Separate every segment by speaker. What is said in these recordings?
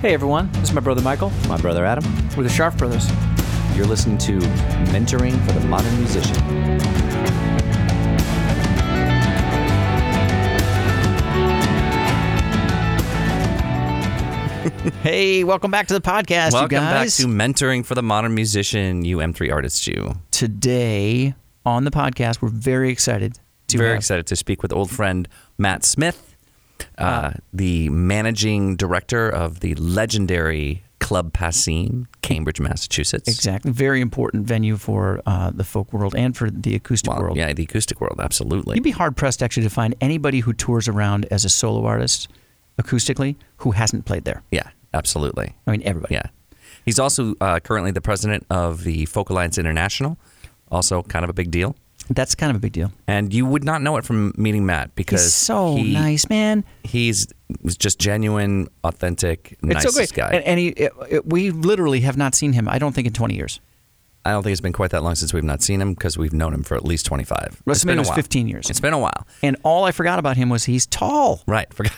Speaker 1: Hey everyone, this is my brother Michael.
Speaker 2: My brother Adam.
Speaker 1: We're the Sharp Brothers.
Speaker 2: You're listening to Mentoring for the Modern Musician.
Speaker 3: Hey, welcome back to the podcast,
Speaker 2: Welcome
Speaker 3: you
Speaker 2: back
Speaker 3: guys.
Speaker 2: to Mentoring for the Modern Musician, you M3 artists, you.
Speaker 3: Today on the podcast, we're very excited to
Speaker 2: Very
Speaker 3: have-
Speaker 2: excited to speak with old friend Matt Smith, uh, the managing director of the legendary Club Passim, Cambridge, Massachusetts.
Speaker 3: Exactly, very important venue for uh, the folk world and for the acoustic
Speaker 2: Well,
Speaker 3: world.
Speaker 2: yeah, the acoustic world, absolutely.
Speaker 3: You'd be hard pressed actually to find anybody who tours around as a solo artist, acoustically, who hasn't played there.
Speaker 2: yeah, absolutely.
Speaker 3: I mean, everybody.
Speaker 2: Yeah. He's also uh, currently the president of the Folk Alliance International, also kind of a big deal.
Speaker 3: that's kind of a big deal.
Speaker 2: And you would not know it from meeting Matt because
Speaker 3: He's so
Speaker 2: he-
Speaker 3: nice, man.
Speaker 2: He's was just genuine, authentic,
Speaker 3: It's so
Speaker 2: nicest
Speaker 3: great,
Speaker 2: guy.
Speaker 3: and, and he, it, it- we literally have not seen him. I don't think in twenty years.
Speaker 2: I don't think it's been quite that long since we've not seen him because we've known him for at least 25. It's
Speaker 3: WrestleMania
Speaker 2: been a
Speaker 3: was
Speaker 2: while.
Speaker 3: 15 years.
Speaker 2: It's been a while.
Speaker 3: And all I forgot about him was he's tall.
Speaker 2: Right. Forgot.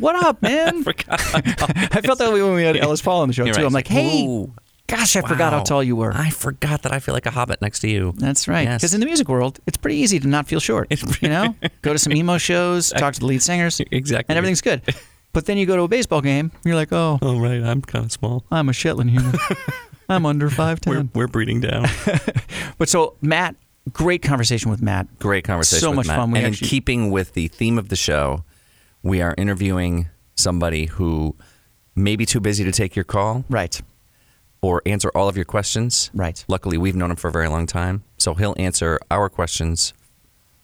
Speaker 3: What up, man?
Speaker 2: forgot.
Speaker 3: I felt that way when we had Ellis Paul on the show
Speaker 2: You're
Speaker 3: too.
Speaker 2: right.
Speaker 3: I'm like, hey,
Speaker 2: Whoa.
Speaker 3: gosh, I forgot how
Speaker 2: Wow.
Speaker 3: tall you were.
Speaker 2: I forgot that I feel like a hobbit next to you.
Speaker 3: That's right.
Speaker 2: Yes.
Speaker 3: Because in the music world, it's pretty easy to not feel short. You know, go to some emo shows, talk to the lead singers,
Speaker 2: Exactly.
Speaker 3: and everything's good. But then you go to a baseball game, you're like, oh,
Speaker 2: Oh, right. I'm kind of small.
Speaker 3: I'm a Shetland human. I'm under five ten.
Speaker 2: we're breeding down.
Speaker 3: But so Matt, great conversation with Matt.
Speaker 2: Great conversation.
Speaker 3: So
Speaker 2: with
Speaker 3: much
Speaker 2: Matt.
Speaker 3: fun. We
Speaker 2: and
Speaker 3: actually-
Speaker 2: in keeping with the theme of the show, we are interviewing somebody who may be too busy to take your call
Speaker 3: Right.
Speaker 2: or answer all of your questions.
Speaker 3: Right.
Speaker 2: Luckily, we've known him for a very long time, so he'll answer our questions,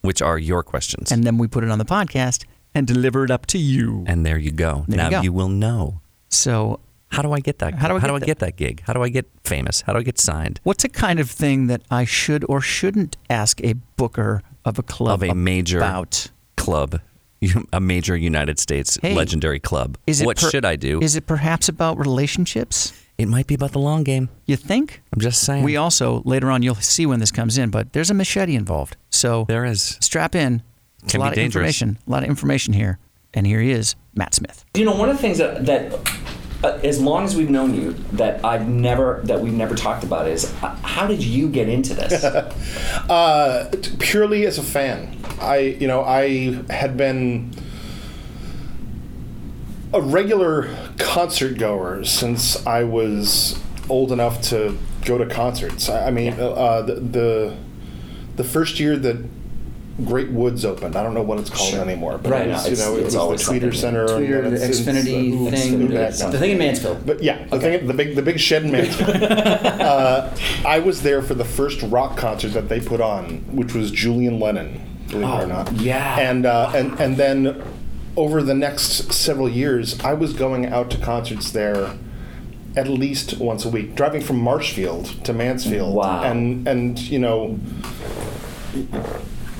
Speaker 2: which are your questions.
Speaker 3: And then we put it on the podcast and deliver it up to you.
Speaker 2: And there you go.
Speaker 3: There you
Speaker 2: now
Speaker 3: go.
Speaker 2: will know.
Speaker 3: So
Speaker 2: How do I get that?
Speaker 3: How do I
Speaker 2: How
Speaker 3: get
Speaker 2: do I
Speaker 3: that?
Speaker 2: get that gig? How do I get famous? How do I get signed?
Speaker 3: What's a kind of thing that I should or shouldn't ask a booker of a club
Speaker 2: Of a major
Speaker 3: about?
Speaker 2: club, a major United States
Speaker 3: Hey,
Speaker 2: legendary club.
Speaker 3: Is it
Speaker 2: what
Speaker 3: per-
Speaker 2: should I do?
Speaker 3: Is it perhaps about relationships?
Speaker 2: it might be about the long game.
Speaker 3: You think?
Speaker 2: I'm just saying.
Speaker 3: We also later on you'll see when this comes in, but there's a machete involved. So
Speaker 2: There is.
Speaker 3: strap in. It's a
Speaker 2: Can be
Speaker 3: lot of
Speaker 2: dangerous.
Speaker 3: information. A lot of information here, and here he is, Matt Smith.
Speaker 2: You know, one of the things that, that uh, as long as we've known you, that I've never, that we've never talked about is uh, how did you get into this?
Speaker 4: Uh, t- purely as a fan. I, you know, I had been a regular concert goer since I was old enough to go to concerts. I, I mean, uh, the, the the first year that Great Woods opened, I don't know what it's called anymore, but
Speaker 5: Right,
Speaker 4: it was,
Speaker 5: no, it's-
Speaker 4: you know,
Speaker 5: it's
Speaker 4: it
Speaker 5: always
Speaker 4: was the
Speaker 5: something.
Speaker 4: Tweeter Center,
Speaker 6: Oh,
Speaker 4: and
Speaker 5: Tweeter,
Speaker 4: then
Speaker 5: the
Speaker 4: it's- it's
Speaker 5: Xfinity
Speaker 4: Hoops
Speaker 5: thing,
Speaker 4: and that
Speaker 5: the thing in Mansfield.
Speaker 4: but yeah, the, thing, the big the big shed in Mansfield. uh, I was there for the first rock concert that they put on, which was Julian Lennon, believe it or not.
Speaker 5: Oh, yeah.
Speaker 4: And uh, and and then over the next several years, I was going out to concerts there at least once a week, driving from Marshfield to Mansfield.
Speaker 5: Wow.
Speaker 4: And and you know.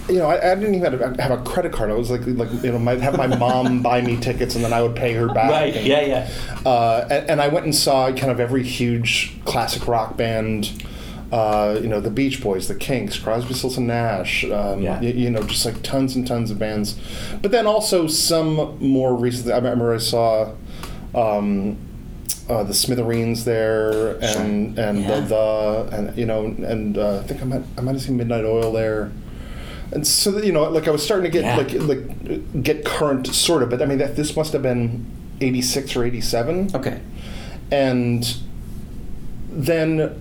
Speaker 4: You know, I, I didn't even have a, have a credit card. I was like, like you know, my, have my mom buy me tickets, and then I would pay her back.
Speaker 5: Right.
Speaker 4: and-
Speaker 5: Yeah. Yeah.
Speaker 4: uh, and, and I went and saw kind of every huge classic rock band. Uh, you know the Beach Boys, the Kinks, Crosby, Stills and Nash. Um,
Speaker 5: Yeah.
Speaker 4: y- you, know, just like tons and tons of bands. But then also some more recently. I remember I saw um, uh, the Smithereens there, and and
Speaker 5: Yeah.
Speaker 4: the, the and you know and uh, I think I might I might have seen Midnight Oil there. And so that, you know, like I was starting to get
Speaker 5: Yeah.
Speaker 4: like like get current sort of, but I mean that this must have been eighty six or eighty seven,
Speaker 5: Okay.
Speaker 4: and then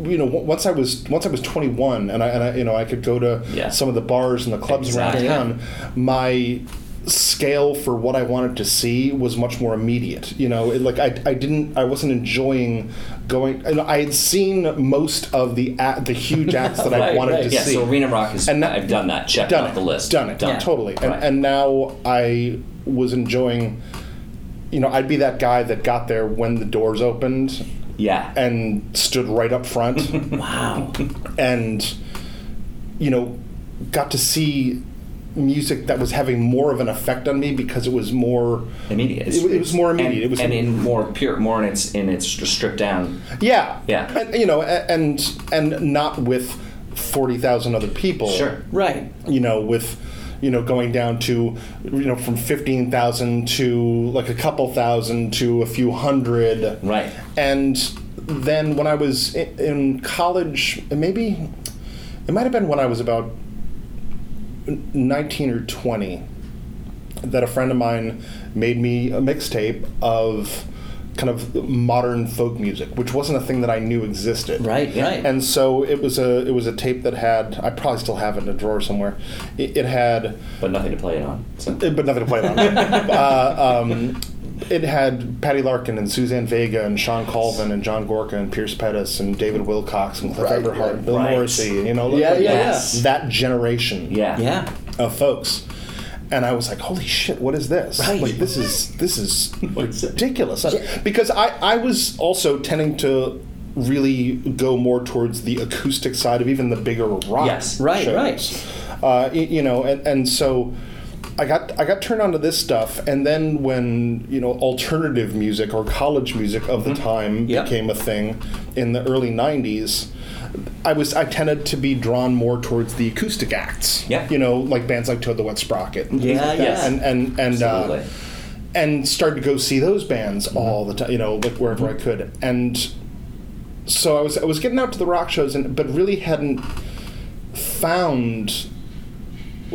Speaker 4: you know w- once I was once I was twenty one, and I and I you know I could go to
Speaker 5: Yeah.
Speaker 4: some of the bars and the clubs
Speaker 5: Exactly.
Speaker 4: around town. My scale for what I wanted to see was much more immediate. You know, it, like I, I didn't I wasn't enjoying going. And I had seen most of the a the huge acts that I
Speaker 5: Right,
Speaker 4: wanted
Speaker 5: right.
Speaker 4: to
Speaker 5: Yeah,
Speaker 4: see.
Speaker 5: so Arena Rock is.
Speaker 4: And that-
Speaker 5: I've done that. Checked
Speaker 4: done
Speaker 5: off
Speaker 4: it,
Speaker 5: the list.
Speaker 4: Done it.
Speaker 5: it.
Speaker 4: Totally. And,
Speaker 5: Right.
Speaker 4: and now I was enjoying. You know, I'd be that guy that got there when the doors opened
Speaker 5: yeah.
Speaker 4: and stood right up front
Speaker 5: wow.
Speaker 4: and you know got to see music that was having more of an effect on me because it was more
Speaker 5: Immediate.
Speaker 4: It- it was more immediate.
Speaker 5: And,
Speaker 4: It was-
Speaker 5: and in more pure, more in its in its stripped down.
Speaker 4: yeah
Speaker 5: Yeah.
Speaker 4: and, you know a- and and not with 40,000 other people
Speaker 5: Sure.
Speaker 3: Right.
Speaker 4: you know with you know, going down to, you know, from 15,000 to like a couple thousand to a few hundred.
Speaker 2: Right.
Speaker 4: And then when I was i- in college, and maybe it might have been when I was about 19 or 20 that a friend of mine made me a mixtape of kind of modern folk music, which wasn't a thing that I knew existed.
Speaker 2: Right, right.
Speaker 4: And so it was a it was a tape that had I probably still have it in a drawer somewhere. It, it had
Speaker 2: but nothing to play it on. So,
Speaker 4: but nothing to play it on. uh, um, it had Patty Larkin and Suzanne Vega and Sean Colvin and John Gorka and Pierce Pettis and David Wilcox and Cliff
Speaker 6: Right,
Speaker 4: Everhart,
Speaker 6: right,
Speaker 4: Bill
Speaker 2: right.
Speaker 4: Morrissey, you know,
Speaker 6: Yeah, yeah,
Speaker 2: yeah.
Speaker 4: that generation
Speaker 2: yeah.
Speaker 6: Yeah.
Speaker 4: of folks. And I was like, "Holy shit! What is this?
Speaker 6: Right.
Speaker 4: Like, this is this is ridiculous." Uh, Because I I was also tending to really go more towards the acoustic side of even the bigger rock.
Speaker 2: Yes.
Speaker 6: Right,
Speaker 4: shows.
Speaker 6: right.
Speaker 4: Uh, y- you know, and, and so I got I got turned on to this stuff, and then when you know alternative music or college music of the time
Speaker 6: Yep.
Speaker 4: became a thing in the early '90s. I was I tended to be drawn more towards the acoustic acts,
Speaker 2: Yeah.
Speaker 4: you know, like bands like Toad the Wet Sprocket, and things
Speaker 6: Yeah,
Speaker 4: like that.
Speaker 6: yeah.
Speaker 4: and and and uh,
Speaker 2: Absolutely.
Speaker 4: and started to go see those bands all the time, you know, like wherever I could. And so I was I was getting out to the rock shows, and but really hadn't found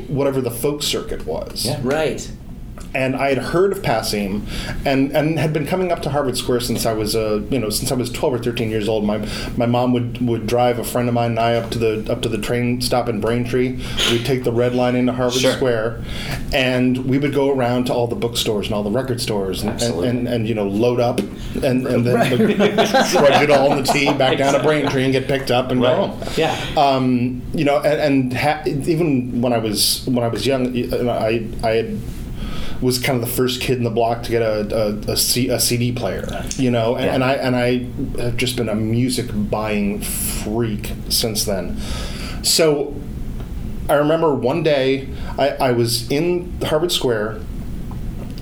Speaker 4: whatever the folk circuit was.
Speaker 6: Right.
Speaker 4: And I had heard of Passim, and, and had been coming up to Harvard Square since I was uh, you know since I was twelve or thirteen years old. My my mom would, would drive a friend of mine and I up to the up to the train stop in Braintree. We'd take the red line into Harvard
Speaker 2: Sure.
Speaker 4: Square, and we would go around to all the bookstores and all the record stores and and,
Speaker 2: Absolutely.
Speaker 4: and, and you know load up and, and then trudge it all in the tea back down to Braintree and get picked up and go home
Speaker 2: Yeah.
Speaker 4: um, you know, and, and ha- even when I was when I was young, you know, I I had, was kind of the first kid in the block to get a, a, a, C, a CD player, you know, and, and I and I have just been a music buying freak since then. So I remember one day I, I was in Harvard Square.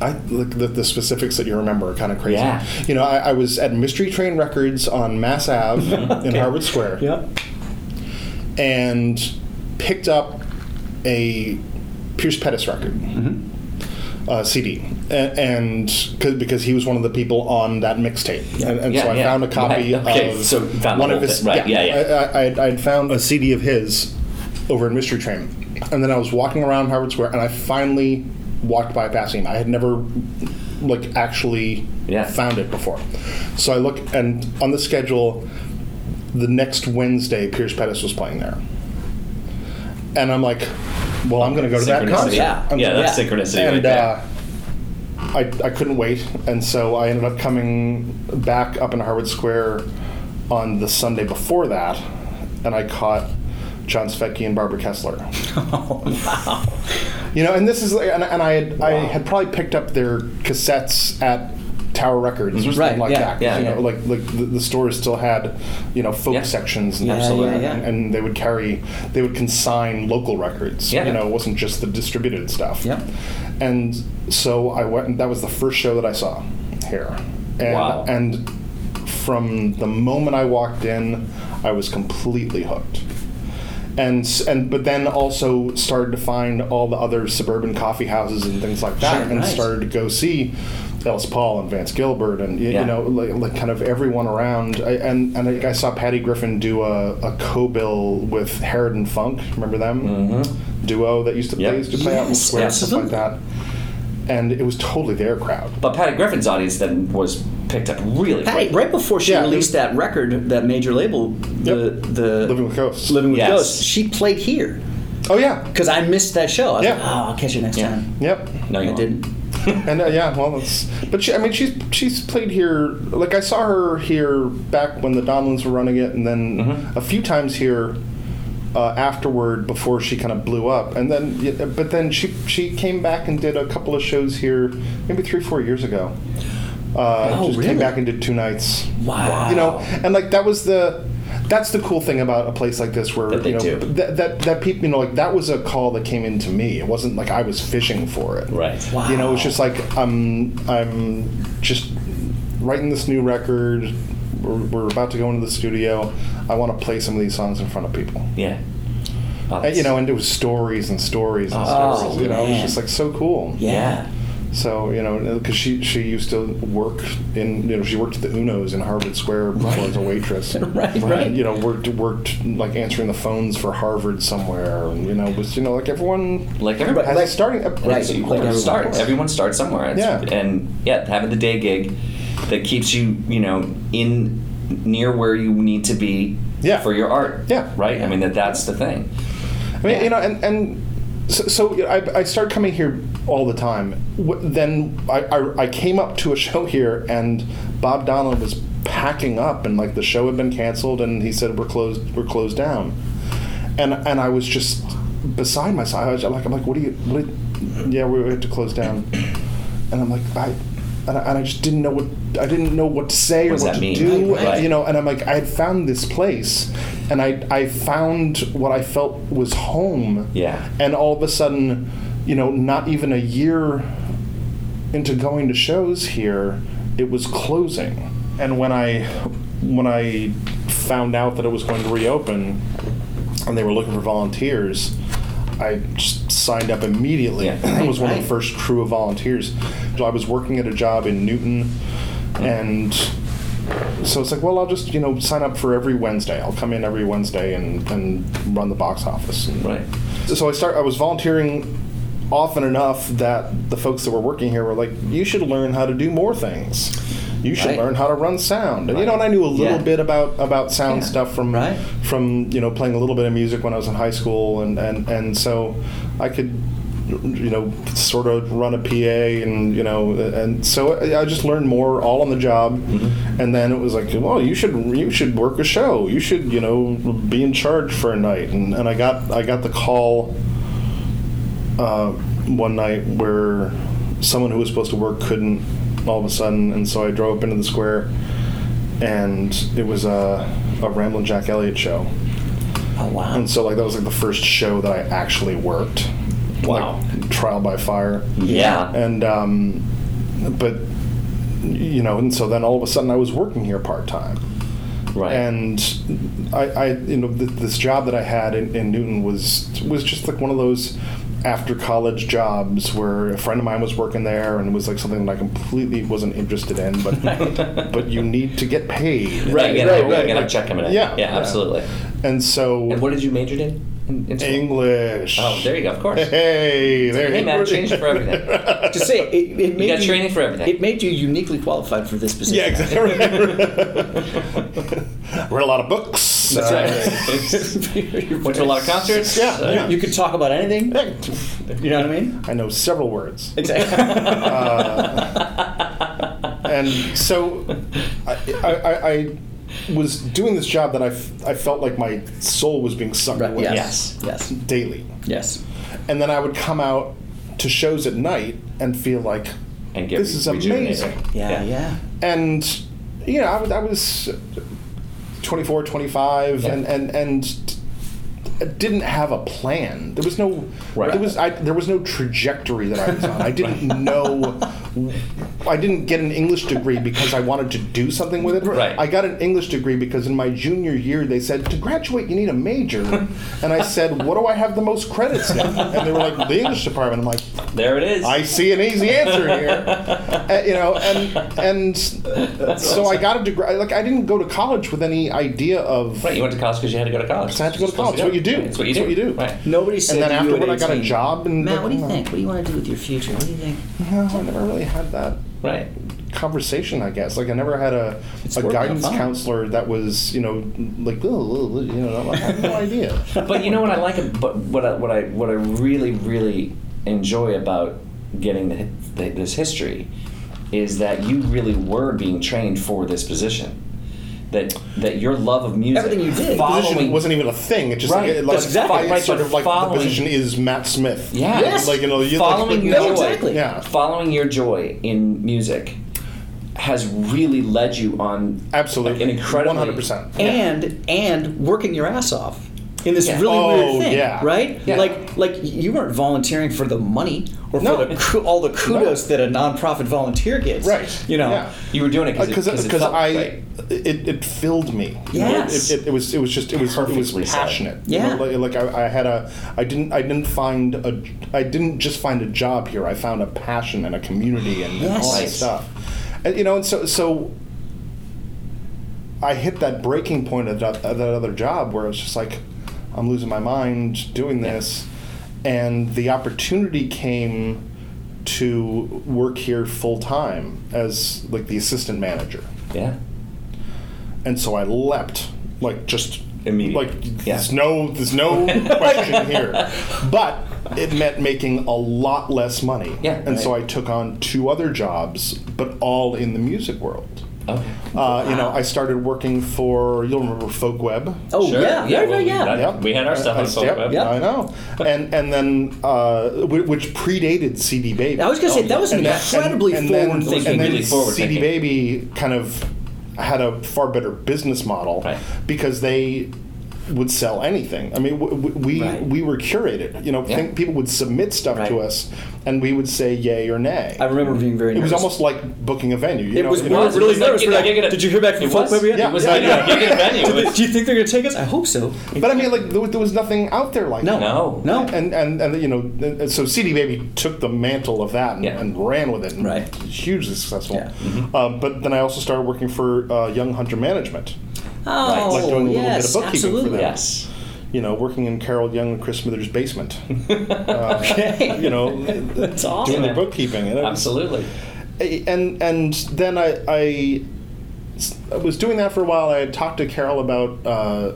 Speaker 4: I like the, the specifics that you remember are kind of crazy.
Speaker 2: Yeah.
Speaker 4: You know, I, I was at Mystery Train Records on Mass Ave in Harvard Square
Speaker 6: Yep.
Speaker 4: and picked up a Pierce Pettis record
Speaker 2: Mm-hmm.
Speaker 4: uh, CD, A- and, cause, because he was one of the people on that mixtape, and, and so
Speaker 2: Yeah,
Speaker 4: I
Speaker 2: yeah.
Speaker 4: found a copy
Speaker 2: Right, okay,
Speaker 4: of
Speaker 2: so found the
Speaker 4: one of
Speaker 2: whole
Speaker 4: his.
Speaker 2: thing, right, yeah, yeah.
Speaker 4: I, I, I'd, I'd found a CD of his over in Mystery Train, and then I was walking around Harvard Square, and I finally walked by passing. I had never like actually
Speaker 2: Yeah.
Speaker 4: found it before, so I look and on the schedule. The next Wednesday, Pierce Pettis was playing there and I'm like, well, I'm going to go to that
Speaker 2: Synchronicity.
Speaker 4: concert.
Speaker 6: Yeah.
Speaker 4: I'm-
Speaker 2: yeah, that's
Speaker 6: yeah.
Speaker 2: synchronicity right
Speaker 4: and
Speaker 2: there.
Speaker 4: uh, I, I couldn't wait, and so I ended up coming back up in Harvard Square on the Sunday before that, and I caught John Svecki and Barbara Kessler. wow.
Speaker 6: Oh,
Speaker 4: You know, and this is, like- and, and I had I had probably picked up their cassettes at. Tower Records or something
Speaker 6: Mm-hmm. Right,
Speaker 4: like
Speaker 6: yeah,
Speaker 4: that.
Speaker 2: yeah,
Speaker 4: you
Speaker 2: yeah.
Speaker 4: know, like like the, the stores still had, you know, folk
Speaker 2: Yeah.
Speaker 4: sections and
Speaker 6: Yeah,
Speaker 4: absolutely,
Speaker 6: yeah, yeah.
Speaker 4: and they would carry, they would consign local records.
Speaker 2: Yeah.
Speaker 4: You know, it wasn't just the distributed stuff.
Speaker 6: Yep.
Speaker 4: And so I went, and that was the first show that I saw here. And,
Speaker 2: Wow.
Speaker 4: and from the moment I walked in, I was completely hooked. And, s- and but then also started to find all the other suburban coffee houses and things like that,
Speaker 6: Sure,
Speaker 4: and
Speaker 6: nice.
Speaker 4: started to go see Els Paul and Vance Gilbert and y- you,
Speaker 2: Yeah.
Speaker 4: know like, like kind of everyone around. I, and and I, I saw Patty Griffin do a, a co-bill with Herod and Funk. Remember them duo that used to
Speaker 2: Yep.
Speaker 4: play used to play out in the
Speaker 6: Mm-hmm. Yes,
Speaker 4: square and stuff like
Speaker 6: absolutely.
Speaker 4: that. And it was totally their crowd.
Speaker 2: but Patty Griffin's audience then was picked up really
Speaker 6: Hey,
Speaker 2: quick.
Speaker 6: right before she
Speaker 4: Yeah.
Speaker 6: released that record, that major label, the
Speaker 4: Yep.
Speaker 6: the
Speaker 4: Living with Ghosts.
Speaker 6: Living with
Speaker 2: Yes.
Speaker 6: Ghosts, she played here
Speaker 4: Oh yeah,
Speaker 6: because I missed that show. I was
Speaker 4: Yeah.
Speaker 6: like, oh, I'll catch you next
Speaker 2: Yeah.
Speaker 6: time.
Speaker 4: yep.
Speaker 2: No, you
Speaker 6: I
Speaker 2: won't.
Speaker 6: didn't.
Speaker 4: And uh, yeah, well, that's. But she, I mean, she's she's played here. Like I saw her here back when the Donlins were running it, and then
Speaker 2: Mm-hmm.
Speaker 4: a few times here uh, afterward before she kind of blew up. And then, yeah, but then she she came back and did a couple of shows here, maybe three four years ago. Uh,
Speaker 6: Oh,
Speaker 4: just
Speaker 6: really?
Speaker 4: came back and did two nights.
Speaker 6: Wow.
Speaker 4: You know, and like that was the. That's the cool thing about a place like this, where
Speaker 2: That they
Speaker 4: you know
Speaker 2: do.
Speaker 4: that that, that people, you know, like that was a call that came in to me. It wasn't like I was fishing for it.
Speaker 2: Right.
Speaker 6: Wow.
Speaker 4: You know, it's just like I'm I'm just writing this new record. We're, we're about to go into the studio. I want to play some of these songs in front of people.
Speaker 2: Yeah. Oh,
Speaker 4: And, you know, and it was stories and stories and
Speaker 2: Oh,
Speaker 4: stories. You know, it was
Speaker 6: man.
Speaker 4: just like so cool.
Speaker 2: yeah.
Speaker 4: So you know, because she she used to work in you know she worked at the Unos in Harvard Square before as a waitress.
Speaker 6: Right, right.
Speaker 4: And, you know, worked worked like answering the phones for Harvard somewhere, and you know was you know like everyone
Speaker 2: Like everybody.
Speaker 4: has
Speaker 6: like-
Speaker 4: a starting a
Speaker 6: right,
Speaker 4: place.
Speaker 6: like everyone.
Speaker 2: start. Everyone starts somewhere. It's-
Speaker 4: Yeah.
Speaker 2: And yeah, having the day gig that keeps you, you know, in near where you need to be
Speaker 4: Yeah.
Speaker 2: for your art.
Speaker 4: Yeah.
Speaker 2: Right? I mean that that's the thing.
Speaker 4: I mean, you know, and and so, so you know, I, I started coming here all the time. Wh- Then I, I I came up to a show here, and Bob Donald was packing up, and like the show had been canceled, and he said we're closed, we're closed down, and and I was just beside myself. I was like, I'm like, what do you, what? do you- yeah, we had to close down, and I'm like, I. And I, and I just didn't know what I didn't know what to say
Speaker 2: What does
Speaker 4: or what
Speaker 2: that
Speaker 4: to
Speaker 2: mean?
Speaker 4: do.
Speaker 2: Right, right.
Speaker 4: You know, know, and I'm like, I had found this place, and I I found what I felt was home.
Speaker 2: Yeah.
Speaker 4: And all of a sudden, you know, not even a year into going to shows here, it was closing. And when I when I found out that it was going to reopen, and they were looking for volunteers, I just signed up immediately.
Speaker 2: Yeah.
Speaker 4: I was one of the
Speaker 6: Right.
Speaker 4: first crew of volunteers. So I was working at a job in Newton, and so it's like, well, I'll just you know sign up for every Wednesday. I'll come in every Wednesday and, and run the box office. And
Speaker 2: Right.
Speaker 4: So I start. I was volunteering often enough that the folks that were working here were like, you should learn how to do more things. You should
Speaker 6: Right.
Speaker 4: learn how to run sound. And, you know, and I knew a
Speaker 2: Yeah.
Speaker 4: little bit about about sound stuff from
Speaker 6: Right.
Speaker 4: from you know playing a little bit of music when I was in high school, and and and so I could you know sort of run a PA and you know and so I I just learned more all on the job and then it was like well you should you should work a show you should you know be in charge for a night and, and I got I got the call uh, one night where someone who was supposed to work couldn't all of a sudden, and so I drove up into the square, and it was a, a Ramblin' Jack Elliott show,
Speaker 6: Oh wow.
Speaker 4: and so like that was like the first show that I actually worked.
Speaker 2: Wow.
Speaker 4: Like, trial by fire
Speaker 2: Yeah.
Speaker 4: and um, but you know, and so then all of a sudden I was working here part time,
Speaker 2: Right.
Speaker 4: and I, I you know, th- this job that I had in, in Newton was was just like one of those after college jobs where a friend of mine was working there and it was like something that I completely wasn't interested in, but but you need to get paid,
Speaker 2: right, yeah,
Speaker 4: right,
Speaker 2: right,
Speaker 4: right,
Speaker 2: right,
Speaker 4: like-
Speaker 2: check coming in.
Speaker 4: yeah,
Speaker 2: yeah,
Speaker 4: yeah.
Speaker 2: absolutely.
Speaker 4: and so
Speaker 2: And what did you major in? in, in school?
Speaker 4: English.
Speaker 2: Oh, there you go. Of course.
Speaker 4: Hey, there
Speaker 2: Hey
Speaker 4: you
Speaker 2: man,
Speaker 4: go.
Speaker 2: changed for everything.
Speaker 6: Just say it, it made
Speaker 2: got training for everything.
Speaker 6: It made you uniquely qualified for this position.
Speaker 4: Yeah, exactly. Read a lot of books.
Speaker 2: That's
Speaker 4: Uh,
Speaker 2: right. Went to a lot of concerts.
Speaker 4: Yeah,
Speaker 2: Uh,
Speaker 4: yeah.
Speaker 6: You could talk about anything. You know what I mean?
Speaker 4: I know several words. Uh,
Speaker 6: Exactly.
Speaker 4: And so I, I, I, I was doing this job that I, f- I felt like my soul was being sucked away
Speaker 6: yes. Yes.
Speaker 4: daily.
Speaker 6: Yes.
Speaker 4: And then I would come out to shows at night and feel like,
Speaker 2: And get
Speaker 4: this is
Speaker 2: rejuvenated.
Speaker 4: amazing.
Speaker 6: Yeah. Yeah.
Speaker 4: and you know I, was- I was 24 25
Speaker 2: Yeah.
Speaker 4: and and and didn't have a plan there was no
Speaker 2: Right.
Speaker 4: there was I, there was no trajectory that I was on I didn't know I didn't get an English degree because I wanted to do something with it
Speaker 2: Right.
Speaker 4: I got an English degree because in my junior year they said to graduate you need a major and I said what do I have the most credits in and they were like the English department I'm like
Speaker 2: There it is.
Speaker 4: I see an easy answer here, Uh, you know, and and so I got a degree. Like I didn't go to college with any idea of.
Speaker 2: Right, you went to college because you had to go to college.
Speaker 4: I had to go to
Speaker 2: Supposed
Speaker 4: college. It's what you do.
Speaker 2: It's what you
Speaker 4: It's
Speaker 2: do.
Speaker 4: what you do.
Speaker 2: Right.
Speaker 6: Nobody said.
Speaker 4: And then
Speaker 6: to you
Speaker 4: afterward, I
Speaker 6: at
Speaker 4: got a
Speaker 6: 18,
Speaker 4: job uh-huh. and.
Speaker 6: Matt, what do you think? What do you want to do with your future? What do you think?
Speaker 4: No, I never really had that
Speaker 2: Right.
Speaker 4: conversation. I guess like I never had a, a
Speaker 6: working out
Speaker 4: guidance
Speaker 6: fine.
Speaker 4: counselor that was you know like "Oh, oh, oh," you know I had no idea.
Speaker 2: But you know what I like, ab- but what I, what I what I really really enjoy about getting the, the, this history is that you really were being trained for this position. That that your love of music,
Speaker 6: Everything you
Speaker 4: Position
Speaker 6: did.
Speaker 2: following
Speaker 4: wasn't even a thing. It just
Speaker 2: Right.
Speaker 4: like, it, like
Speaker 2: That's exactly
Speaker 4: it's
Speaker 2: right,
Speaker 4: sort
Speaker 2: but
Speaker 4: of like the
Speaker 2: following-
Speaker 4: position is Matt Smith.
Speaker 2: Yeah. Yes.
Speaker 4: Like you know, you,
Speaker 2: Following
Speaker 4: like,
Speaker 2: your
Speaker 6: No,
Speaker 2: joy.
Speaker 6: exactly.
Speaker 4: Yeah.
Speaker 2: Following your joy in music has really led you on
Speaker 4: Absolutely.
Speaker 2: an incredible
Speaker 4: 100%.
Speaker 6: and and working your ass off in this
Speaker 2: Yeah.
Speaker 6: really
Speaker 4: Oh,
Speaker 6: weird thing,
Speaker 4: yeah.
Speaker 6: right?
Speaker 2: Yeah.
Speaker 6: Like like you weren't volunteering for the money or
Speaker 4: No.
Speaker 6: for the, ku- all the kudos that a nonprofit volunteer gets.
Speaker 4: Right.
Speaker 6: You know.
Speaker 4: Yeah.
Speaker 2: You were doing it because
Speaker 4: because
Speaker 2: it, it
Speaker 4: because
Speaker 2: felt
Speaker 4: uh, I
Speaker 2: right.
Speaker 4: it, it filled me. You know,
Speaker 6: Yes.
Speaker 4: it, it, it was it was just it was it was
Speaker 2: Perfectly said.
Speaker 4: passionate. You
Speaker 6: Yeah.
Speaker 4: know, like, like I, I had a I didn't I didn't find a I didn't just find a job here. I found a passion and a community and, and all that
Speaker 6: Yes.
Speaker 4: stuff. And, you know, and so so I hit that breaking point of that, of that other job where I was just like, I'm losing my mind doing this. And the opportunity came to work here full time as like the assistant manager.
Speaker 2: yeah.
Speaker 4: And so I leapt, like just
Speaker 2: Immediately.
Speaker 4: Like
Speaker 2: Yeah.
Speaker 4: there's no there's no question here. But it meant making a lot less money.
Speaker 2: Yeah,
Speaker 4: And so I took on two other jobs, but all in the music world.
Speaker 2: Okay.
Speaker 4: Uh, You know, I started working for you'll remember FolkWeb.
Speaker 6: Oh yeah. Yeah.
Speaker 2: well,
Speaker 6: Yeah.
Speaker 2: we-
Speaker 6: yeah.
Speaker 2: that- We had our stuff on
Speaker 4: Yep,
Speaker 2: SoulWeb.
Speaker 6: Yep.
Speaker 4: I know. And and then uh, whi- which predated CD Baby.
Speaker 6: I was gonna say that was an
Speaker 4: And then-
Speaker 6: incredibly
Speaker 4: and- and then-
Speaker 6: forward thinking.
Speaker 4: And then
Speaker 2: Really forward
Speaker 4: CD
Speaker 2: thinking.
Speaker 4: Baby kind of had a far better business model
Speaker 2: Right.
Speaker 4: because they would sell anything. I mean, w- w- we
Speaker 6: Right.
Speaker 4: we were curated. You know,
Speaker 2: Yeah.
Speaker 4: think people would submit stuff to
Speaker 2: Right.
Speaker 4: us, and we would say yay or nay.
Speaker 6: I remember being very.
Speaker 4: it was
Speaker 6: nervous.
Speaker 4: almost like booking a venue. You
Speaker 6: It
Speaker 4: know,
Speaker 6: was
Speaker 4: if
Speaker 6: I
Speaker 2: It
Speaker 6: really
Speaker 2: was like,
Speaker 6: nervous,
Speaker 2: you
Speaker 6: but
Speaker 2: know,
Speaker 6: like,
Speaker 2: you're gonna-
Speaker 6: did you hear back from
Speaker 2: it was-
Speaker 6: Folk Web yet?
Speaker 2: It was
Speaker 4: Yeah.
Speaker 2: like a gig
Speaker 6: Do
Speaker 2: venue.
Speaker 6: they- do you think they're going to take us? I hope so.
Speaker 4: But I mean, like there, was- there was nothing out there like
Speaker 6: No.
Speaker 4: that.
Speaker 2: No.
Speaker 6: No.
Speaker 4: and and, and you know, and so CD Baby took the mantle of that and,
Speaker 2: Yeah.
Speaker 4: and ran with it, and
Speaker 6: Right.
Speaker 4: Hugely successful.
Speaker 6: Yeah. Mm-hmm.
Speaker 4: Um, but then I also started working for uh, Young Hunter Management,
Speaker 6: Oh,
Speaker 4: like doing a little
Speaker 6: yes,
Speaker 4: bit of bookkeeping
Speaker 6: absolutely.
Speaker 4: for them.
Speaker 2: Yes.
Speaker 4: You know, working in Carol Young and Chris Smithers' basement. Uh,
Speaker 6: Okay.
Speaker 4: You know,
Speaker 6: That's awesome.
Speaker 4: doing their bookkeeping. And it was-
Speaker 2: Absolutely.
Speaker 4: and and then I, I s- I was doing that for a while. I had talked to Carol about uh,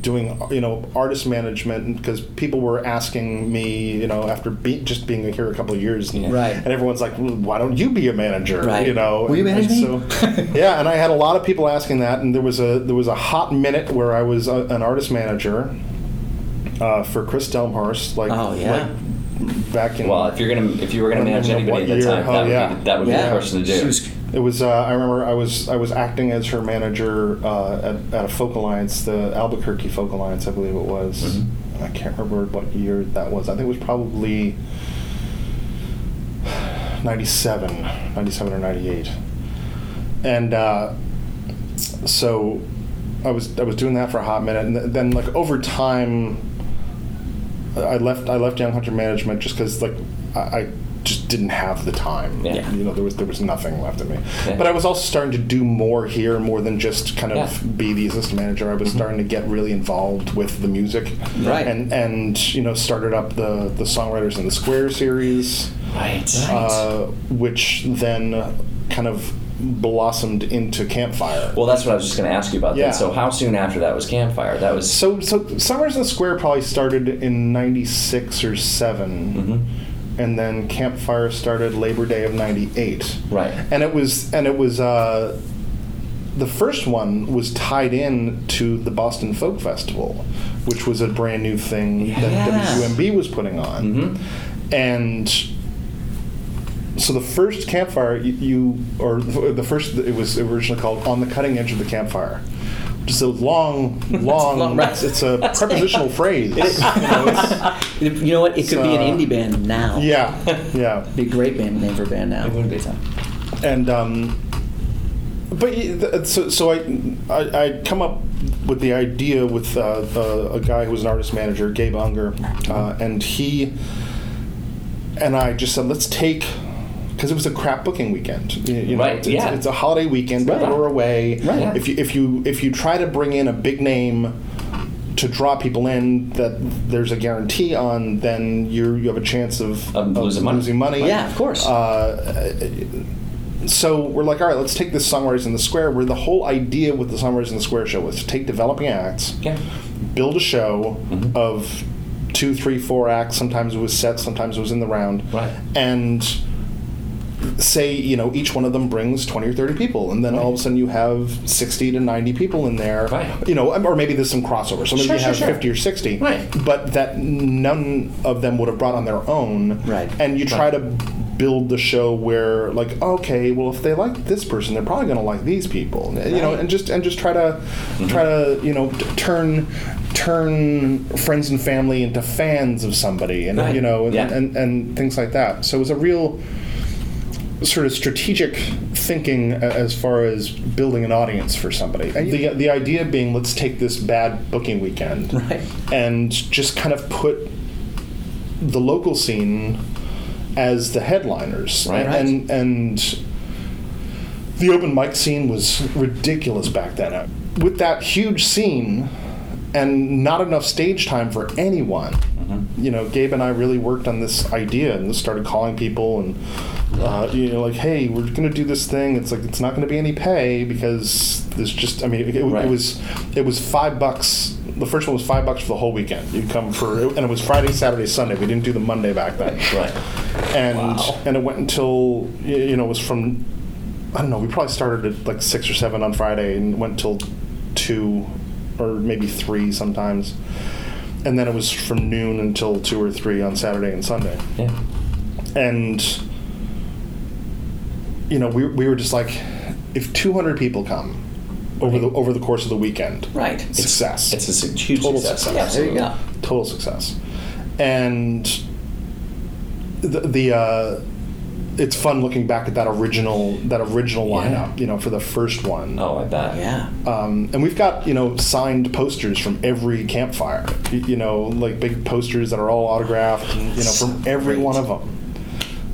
Speaker 4: doing you know artist management because people were asking me you know after be, just being here a couple of years and,
Speaker 6: Right.
Speaker 4: and everyone's like "Well, why don't you be a manager
Speaker 6: Right.
Speaker 4: you know
Speaker 6: Will you
Speaker 4: and-
Speaker 6: manage
Speaker 4: and
Speaker 6: me?
Speaker 4: so- yeah and I had a lot of people asking that and there was a there was a hot minute where I was a, an artist manager uh, for Chris Delmhorst like
Speaker 6: Oh, yeah.
Speaker 4: like back in
Speaker 2: Well, if you're gonna if you were gonna
Speaker 4: I don't
Speaker 2: manage
Speaker 4: remember
Speaker 2: anybody at
Speaker 4: what
Speaker 2: that
Speaker 4: year.
Speaker 2: time,
Speaker 4: Oh,
Speaker 2: that would
Speaker 4: yeah.
Speaker 2: be that would be
Speaker 6: Yeah.
Speaker 2: the person to do.
Speaker 6: She was-
Speaker 4: It was. Uh, I remember. I was. I was acting as her manager uh, at, at a folk alliance, the Albuquerque Folk Alliance, I believe it was. I can't remember what year that was. I think it was probably 97, 97 or ninety eight. And uh, so, I was. I was doing that for a hot minute, and th- then like over time, I left. I left Young Hunter Management just because like I. I just didn't have the time.
Speaker 2: Yeah.
Speaker 4: You know, there was there was nothing left in me.
Speaker 2: Yeah.
Speaker 4: But I was also starting to do more here, more than just kind of
Speaker 2: Yeah. Mm-hmm.
Speaker 4: be the assistant manager. I was starting to get really involved with the music,
Speaker 6: Right.
Speaker 4: And and you know started up the the songwriters in the square series,
Speaker 2: Right.
Speaker 4: uh, which then kind of blossomed into Campfire.
Speaker 2: Well, that's what I was just going to ask you about.
Speaker 4: Yeah.
Speaker 2: Then. So, how soon after that was Campfire? That was
Speaker 4: So so Summers in the Square probably started in '96 or 7
Speaker 2: Mm-hmm.
Speaker 4: and then Campfire started Labor Day of '98.
Speaker 2: Right.
Speaker 4: and it was and it was uh, the first one was tied in to the Boston Folk Festival, which was a brand new thing that
Speaker 6: Yes.
Speaker 4: WUMB was putting on, and so the first campfire you, you or the the first it was originally called on the cutting edge of the campfire. Just a long, long.
Speaker 6: long, right.
Speaker 4: it's, it's a prepositional phrase. you know, it's-
Speaker 6: You know what? It could be an
Speaker 4: So-
Speaker 6: indie band now.
Speaker 4: yeah, yeah.
Speaker 6: Be a great band name for a band now. It would be.
Speaker 4: and um, but y- th- so, so I, I I come up with the idea with uh, uh, a guy who was an artist manager, Gabe Unger, uh, and he and I just said let's take because it was a crap booking weekend. You, you know,
Speaker 2: Right,
Speaker 4: it's,
Speaker 2: yeah.
Speaker 4: it's, it's a holiday weekend. People
Speaker 2: Right.
Speaker 4: are away.
Speaker 2: Right, yeah.
Speaker 4: If you if you if you try to bring in a big name. To draw people in that there's a guarantee on, then you you have a chance of,
Speaker 2: Of losing money.
Speaker 6: Yeah, of course.
Speaker 4: Uh, so we're like, all right, let's take this Songwriters in the Square, where the whole idea with the Songwriters in the Square show was to take developing acts,
Speaker 2: yeah.
Speaker 4: build a show
Speaker 2: Mm-hmm.
Speaker 4: of two, three, four acts. Sometimes it was set, sometimes it was in the round,
Speaker 2: Right.
Speaker 4: and say you know each one of them brings 20 or 30 people and then all of a sudden you have 60 to 90 people in there
Speaker 2: Right.
Speaker 4: you know or maybe there's some crossover so maybe
Speaker 2: Sure,
Speaker 4: you
Speaker 2: sure,
Speaker 4: have
Speaker 2: sure.
Speaker 4: 50 or 60
Speaker 2: Right.
Speaker 4: but that none of them would have brought on their own
Speaker 6: Right.
Speaker 4: and you try to build the show where like okay well if they like this person they're probably going to like these people you know and just and just try to try to you know t- turn turn friends and family into fans of somebody and
Speaker 2: Right.
Speaker 4: you know and,
Speaker 2: Yeah.
Speaker 4: and and things like that so it was a real sort of strategic thinking a- as far as building an audience for somebody. And the, the idea being, let's take this bad booking weekend
Speaker 6: Right.
Speaker 4: and just kind of put the local scene as the headliners.
Speaker 2: Right.
Speaker 4: And, and the open mic scene was ridiculous back then. Uh, With that huge scene and not enough stage time for anyone,
Speaker 2: Mm-hmm.
Speaker 4: you know, Gabe and I really worked on this idea and started calling people and, uh, you know, like, hey, we're going to do this thing. It's like, it's not going to be any pay because there's just, I mean, it, it,
Speaker 2: Right.
Speaker 4: was, it was five bucks. The first one was five bucks for the whole weekend. You'd come for, and it was Friday, Saturday, Sunday. We didn't do the Monday back then
Speaker 2: Right.
Speaker 4: and and it went until y- you know it was from I don't know we probably started at like six or seven on Friday and went till two or maybe three sometimes, and then it was from noon until two or three on Saturday and Sunday,
Speaker 2: Yeah.
Speaker 4: and you know we we were just like if two hundred people come over the over the course of the weekend
Speaker 6: Right. It's,
Speaker 4: success
Speaker 2: It's a su- huge
Speaker 4: Total
Speaker 2: success.
Speaker 4: success.
Speaker 6: yeah, there you go.
Speaker 4: total success. And the, the uh, it's fun looking back at that original that original lineup, you know, for the first one.
Speaker 2: Oh, I bet.
Speaker 6: Yeah.
Speaker 4: Um, and we've got you know signed posters from every campfire, y- you know, like big posters that are all autographed, and, you know, from every one of them.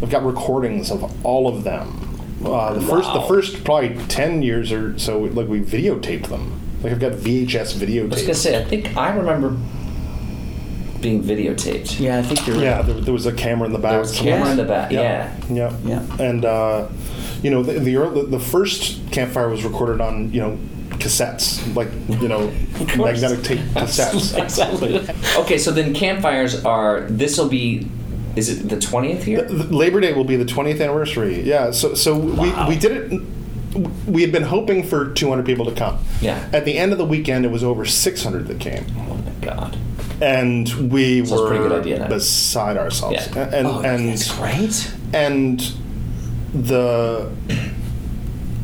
Speaker 4: I've got recordings of all of them. Uh, the first, the
Speaker 2: Wow.
Speaker 4: first probably ten years or so, like we videotaped them. Like I've got VHS
Speaker 2: I was gonna
Speaker 4: videotapes.
Speaker 2: say, I think I remember being videotaped.
Speaker 6: Yeah, I think you're right.
Speaker 4: Yeah, there, there was a camera in the back.
Speaker 2: There was camera in the back.
Speaker 4: Yeah.
Speaker 2: Yeah.
Speaker 4: Yeah.
Speaker 6: Yeah.
Speaker 4: And uh, you know, the, the early, the first campfire was recorded on you know cassettes, like you know
Speaker 2: course.
Speaker 4: magnetic tape cassettes.
Speaker 2: Exactly. okay, so then campfires are. This will be. Is it the twentieth
Speaker 4: The-
Speaker 2: year?
Speaker 4: the Labor Day will be the 20th anniversary. Yeah. So so we, we did it. We had been hoping for 200 people to come.
Speaker 2: Yeah.
Speaker 4: At the end of the weekend, it was over 600 that came,
Speaker 2: Oh my god.
Speaker 4: and
Speaker 2: So
Speaker 4: we
Speaker 2: it's a
Speaker 4: were
Speaker 2: pretty good idea then.
Speaker 4: beside ourselves.
Speaker 2: Yeah.
Speaker 4: And
Speaker 6: Oh,
Speaker 4: and
Speaker 6: that's great.
Speaker 4: and the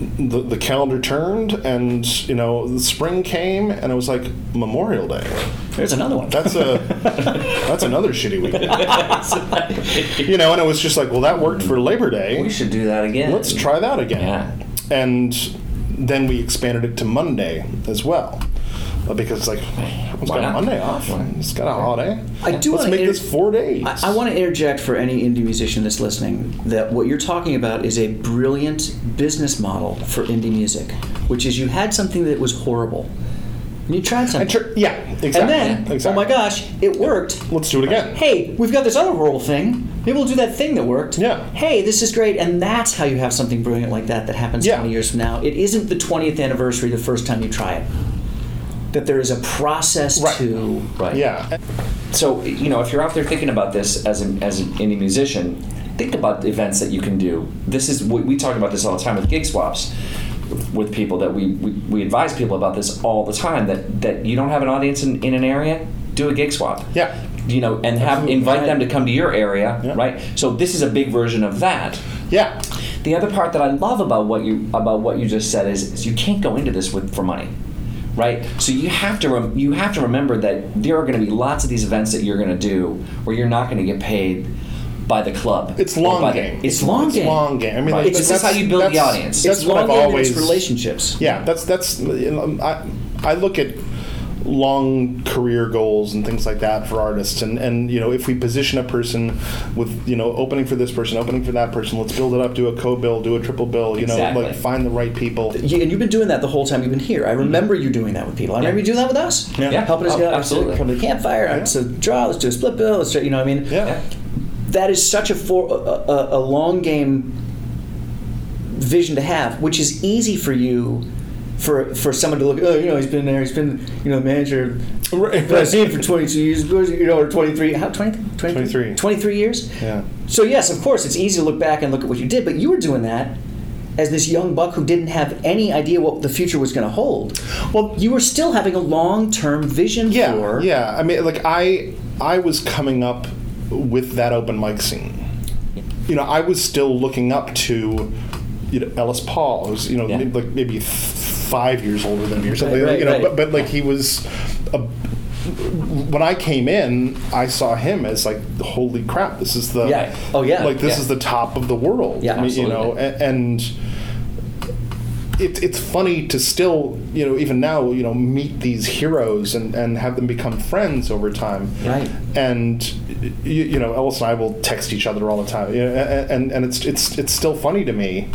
Speaker 4: the, the calendar turned and you know the spring came and it was like memorial day
Speaker 6: There's another one.
Speaker 4: that's a that's another shitty weekend you know and it was just like well that worked for labor
Speaker 2: We
Speaker 4: day
Speaker 2: should do that again.
Speaker 4: let's try that again
Speaker 2: Yeah.
Speaker 4: and then we expanded it to monday as well Uh, because like it's
Speaker 2: Why
Speaker 4: got
Speaker 2: not?
Speaker 4: monday off
Speaker 2: Why?
Speaker 4: it's got a holiday
Speaker 6: I do
Speaker 4: let's
Speaker 6: wanna
Speaker 4: make
Speaker 6: inter-
Speaker 4: this four days
Speaker 6: I, I want to interject for any indie musician that's listening that what you're talking about is a brilliant business model for indie music, which is you had something that was horrible, and you tried something,
Speaker 4: And sure- yeah exactly
Speaker 6: and then
Speaker 4: exactly.
Speaker 6: oh my gosh, it worked.
Speaker 4: let's do it again
Speaker 6: Hey, we've got this other horrible thing. Maybe we'll do that thing that worked.
Speaker 4: Yeah.
Speaker 6: Hey, this is great, and that's how you have something brilliant like that that happens
Speaker 4: Yeah.
Speaker 6: 20 years from now. It isn't the 20th anniversary the first time you try it. That there is a process
Speaker 4: Right.
Speaker 6: to
Speaker 2: Right.
Speaker 4: yeah
Speaker 2: So you know, if you're out there thinking about this as an as an indie musician, think about the events that you can do. This is we, we talk about this all the time with gig swaps, with people that we, we, we advise people about this all the time. That that you don't have an audience in, in an area, do a gig swap.
Speaker 4: Yeah.
Speaker 2: You know, and have
Speaker 4: Absolutely.
Speaker 2: invite them to come to your area,
Speaker 4: Yeah.
Speaker 2: right? So this is a big version of that.
Speaker 4: yeah
Speaker 2: The other part that I love about what you about what you just said is, is you can't go into this with for money, right? So you have to rem, you have to remember that there are going to be lots of these events that you're going to do where you're not going to get paid by the club.
Speaker 4: It's
Speaker 2: or
Speaker 4: long
Speaker 2: by the-
Speaker 4: game.
Speaker 2: it's
Speaker 6: long
Speaker 2: long
Speaker 6: game.
Speaker 2: game.
Speaker 4: long game. I mean,
Speaker 2: Right.
Speaker 4: like,
Speaker 2: It's
Speaker 4: that's-
Speaker 2: just how you build the
Speaker 4: that's-
Speaker 2: audience.
Speaker 4: That's
Speaker 6: it's
Speaker 4: what
Speaker 6: long
Speaker 4: I've
Speaker 6: game and
Speaker 4: always.
Speaker 6: it's relationships.
Speaker 4: Yeah, that's that's. You know, I I look at long career goals and things like that for artists, and and you know if we position a person with you know opening for this person, opening for that person, let's build it up, do a co-bill, do a triple bill, you
Speaker 2: Exactly.
Speaker 4: know, like find the right people.
Speaker 6: You, and you've been doing that the whole time you've been here.
Speaker 4: Mm-hmm.
Speaker 6: I remember you doing that with people. I remember you doing that with us.
Speaker 2: Yeah.
Speaker 6: Helping us
Speaker 2: Oh,
Speaker 6: get out
Speaker 2: absolutely.
Speaker 6: come to the campfire. So draw. Let's do a split bill. Let's do, you know what I mean?
Speaker 4: Yeah.
Speaker 6: That is such a for a, a, a long game vision to have, which is easy for you. For, for someone to look, oh, you know, he's been there, he's been, you know, manager
Speaker 4: Right.
Speaker 6: I've seen for 22 years, you know, or 23, how, 20, 23?
Speaker 4: 23.
Speaker 6: 23 years?
Speaker 4: Yeah.
Speaker 6: So yes, of course, it's easy to look back and look at what you did, but you were doing that as this young buck who didn't have any idea what the future was going to hold. Well, you were still having a long-term vision
Speaker 4: Yeah.
Speaker 6: for.
Speaker 4: Yeah. I mean, like I I was coming up with that open mic scene. you know, I was still looking up to, you know, Ellis Paul, who's you know
Speaker 2: Yeah.
Speaker 4: maybe, like maybe f- five years older than me or something.
Speaker 2: right,
Speaker 4: you know,
Speaker 2: right.
Speaker 4: but, but like he was. A, when I came in, I saw him as like, holy crap! This is the
Speaker 2: Yeah.
Speaker 6: Oh, yeah.
Speaker 4: like this
Speaker 2: Yeah.
Speaker 4: is the top of the world.
Speaker 6: Yeah,
Speaker 4: I mean, you know,
Speaker 2: absolutely.
Speaker 4: a- and it, it's funny to still, you know, even now, you know, meet these heroes and, and have them become friends over time.
Speaker 6: Right.
Speaker 4: And you, you know, Ellis and I will text each other all the time. You know, a- and and it's it's it's still funny to me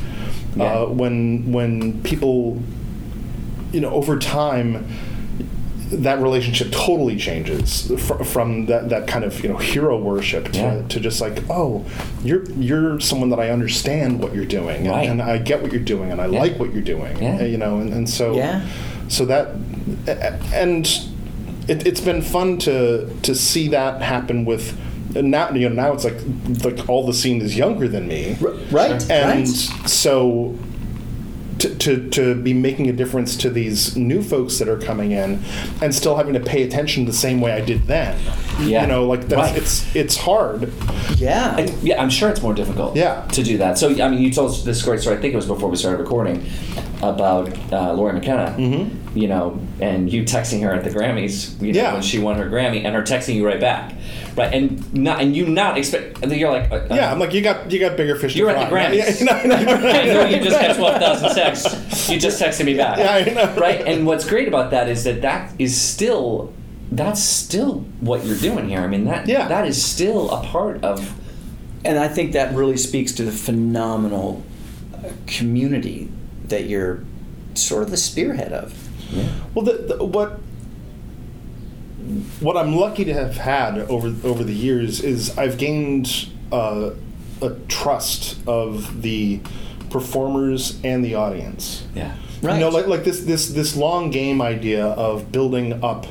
Speaker 2: Yeah.
Speaker 4: uh, when when people, you know, over time. That relationship totally changes fr- from that, that kind of you know hero worship to,
Speaker 2: Yeah.
Speaker 4: to just like oh you're you're someone that I understand what you're doing
Speaker 2: Right.
Speaker 4: and, and I get what you're doing and I
Speaker 2: Yeah.
Speaker 4: like what you're doing
Speaker 2: Yeah.
Speaker 4: uh, you know and, and so
Speaker 6: Yeah.
Speaker 4: so that a- a- and it, it's been fun to to see that happen with and now you know now it's like like all the scene is younger than me
Speaker 6: R- right,
Speaker 4: and
Speaker 6: right.
Speaker 4: so to, to, to be making a difference to these new folks that are coming in and still having to pay attention the same way I did then
Speaker 2: Yeah.
Speaker 4: you know like that's
Speaker 2: Right. Uh-huh.
Speaker 4: it's it's hard
Speaker 6: Yeah.
Speaker 2: I- yeah, I'm sure it's more difficult.
Speaker 4: Yeah.
Speaker 2: To do that. So I mean, you told us this great story. I think it was before we started recording about uh, Laurie McKenna. Mm-hmm. You know, and you texting her at the Grammys. You know,
Speaker 4: Yeah.
Speaker 2: When she won her Grammy, and her texting you right back, right? And not and you not expect. and You're like. Uh,
Speaker 4: yeah I'm like you got you got bigger fish
Speaker 2: You're
Speaker 4: to
Speaker 2: at the
Speaker 4: fry.
Speaker 2: Grammys.
Speaker 4: Yeah, yeah, no, no, no.
Speaker 2: I know you just had 12,000 texts. You just texted me back.
Speaker 4: Yeah, I know.
Speaker 2: Right? And what's great about that is that that is still, that's still what you're doing here. I mean, that
Speaker 4: Yeah.
Speaker 2: that is still a part of,
Speaker 6: and I think that really speaks to the phenomenal uh, community that you're sort of the spearhead of.
Speaker 4: Well, the, the, what what I'm lucky to have had over over the years is I've gained uh, a trust of the performers and the audience.
Speaker 2: yeah.
Speaker 6: Right.
Speaker 4: You know, like like this this this long game idea of building up,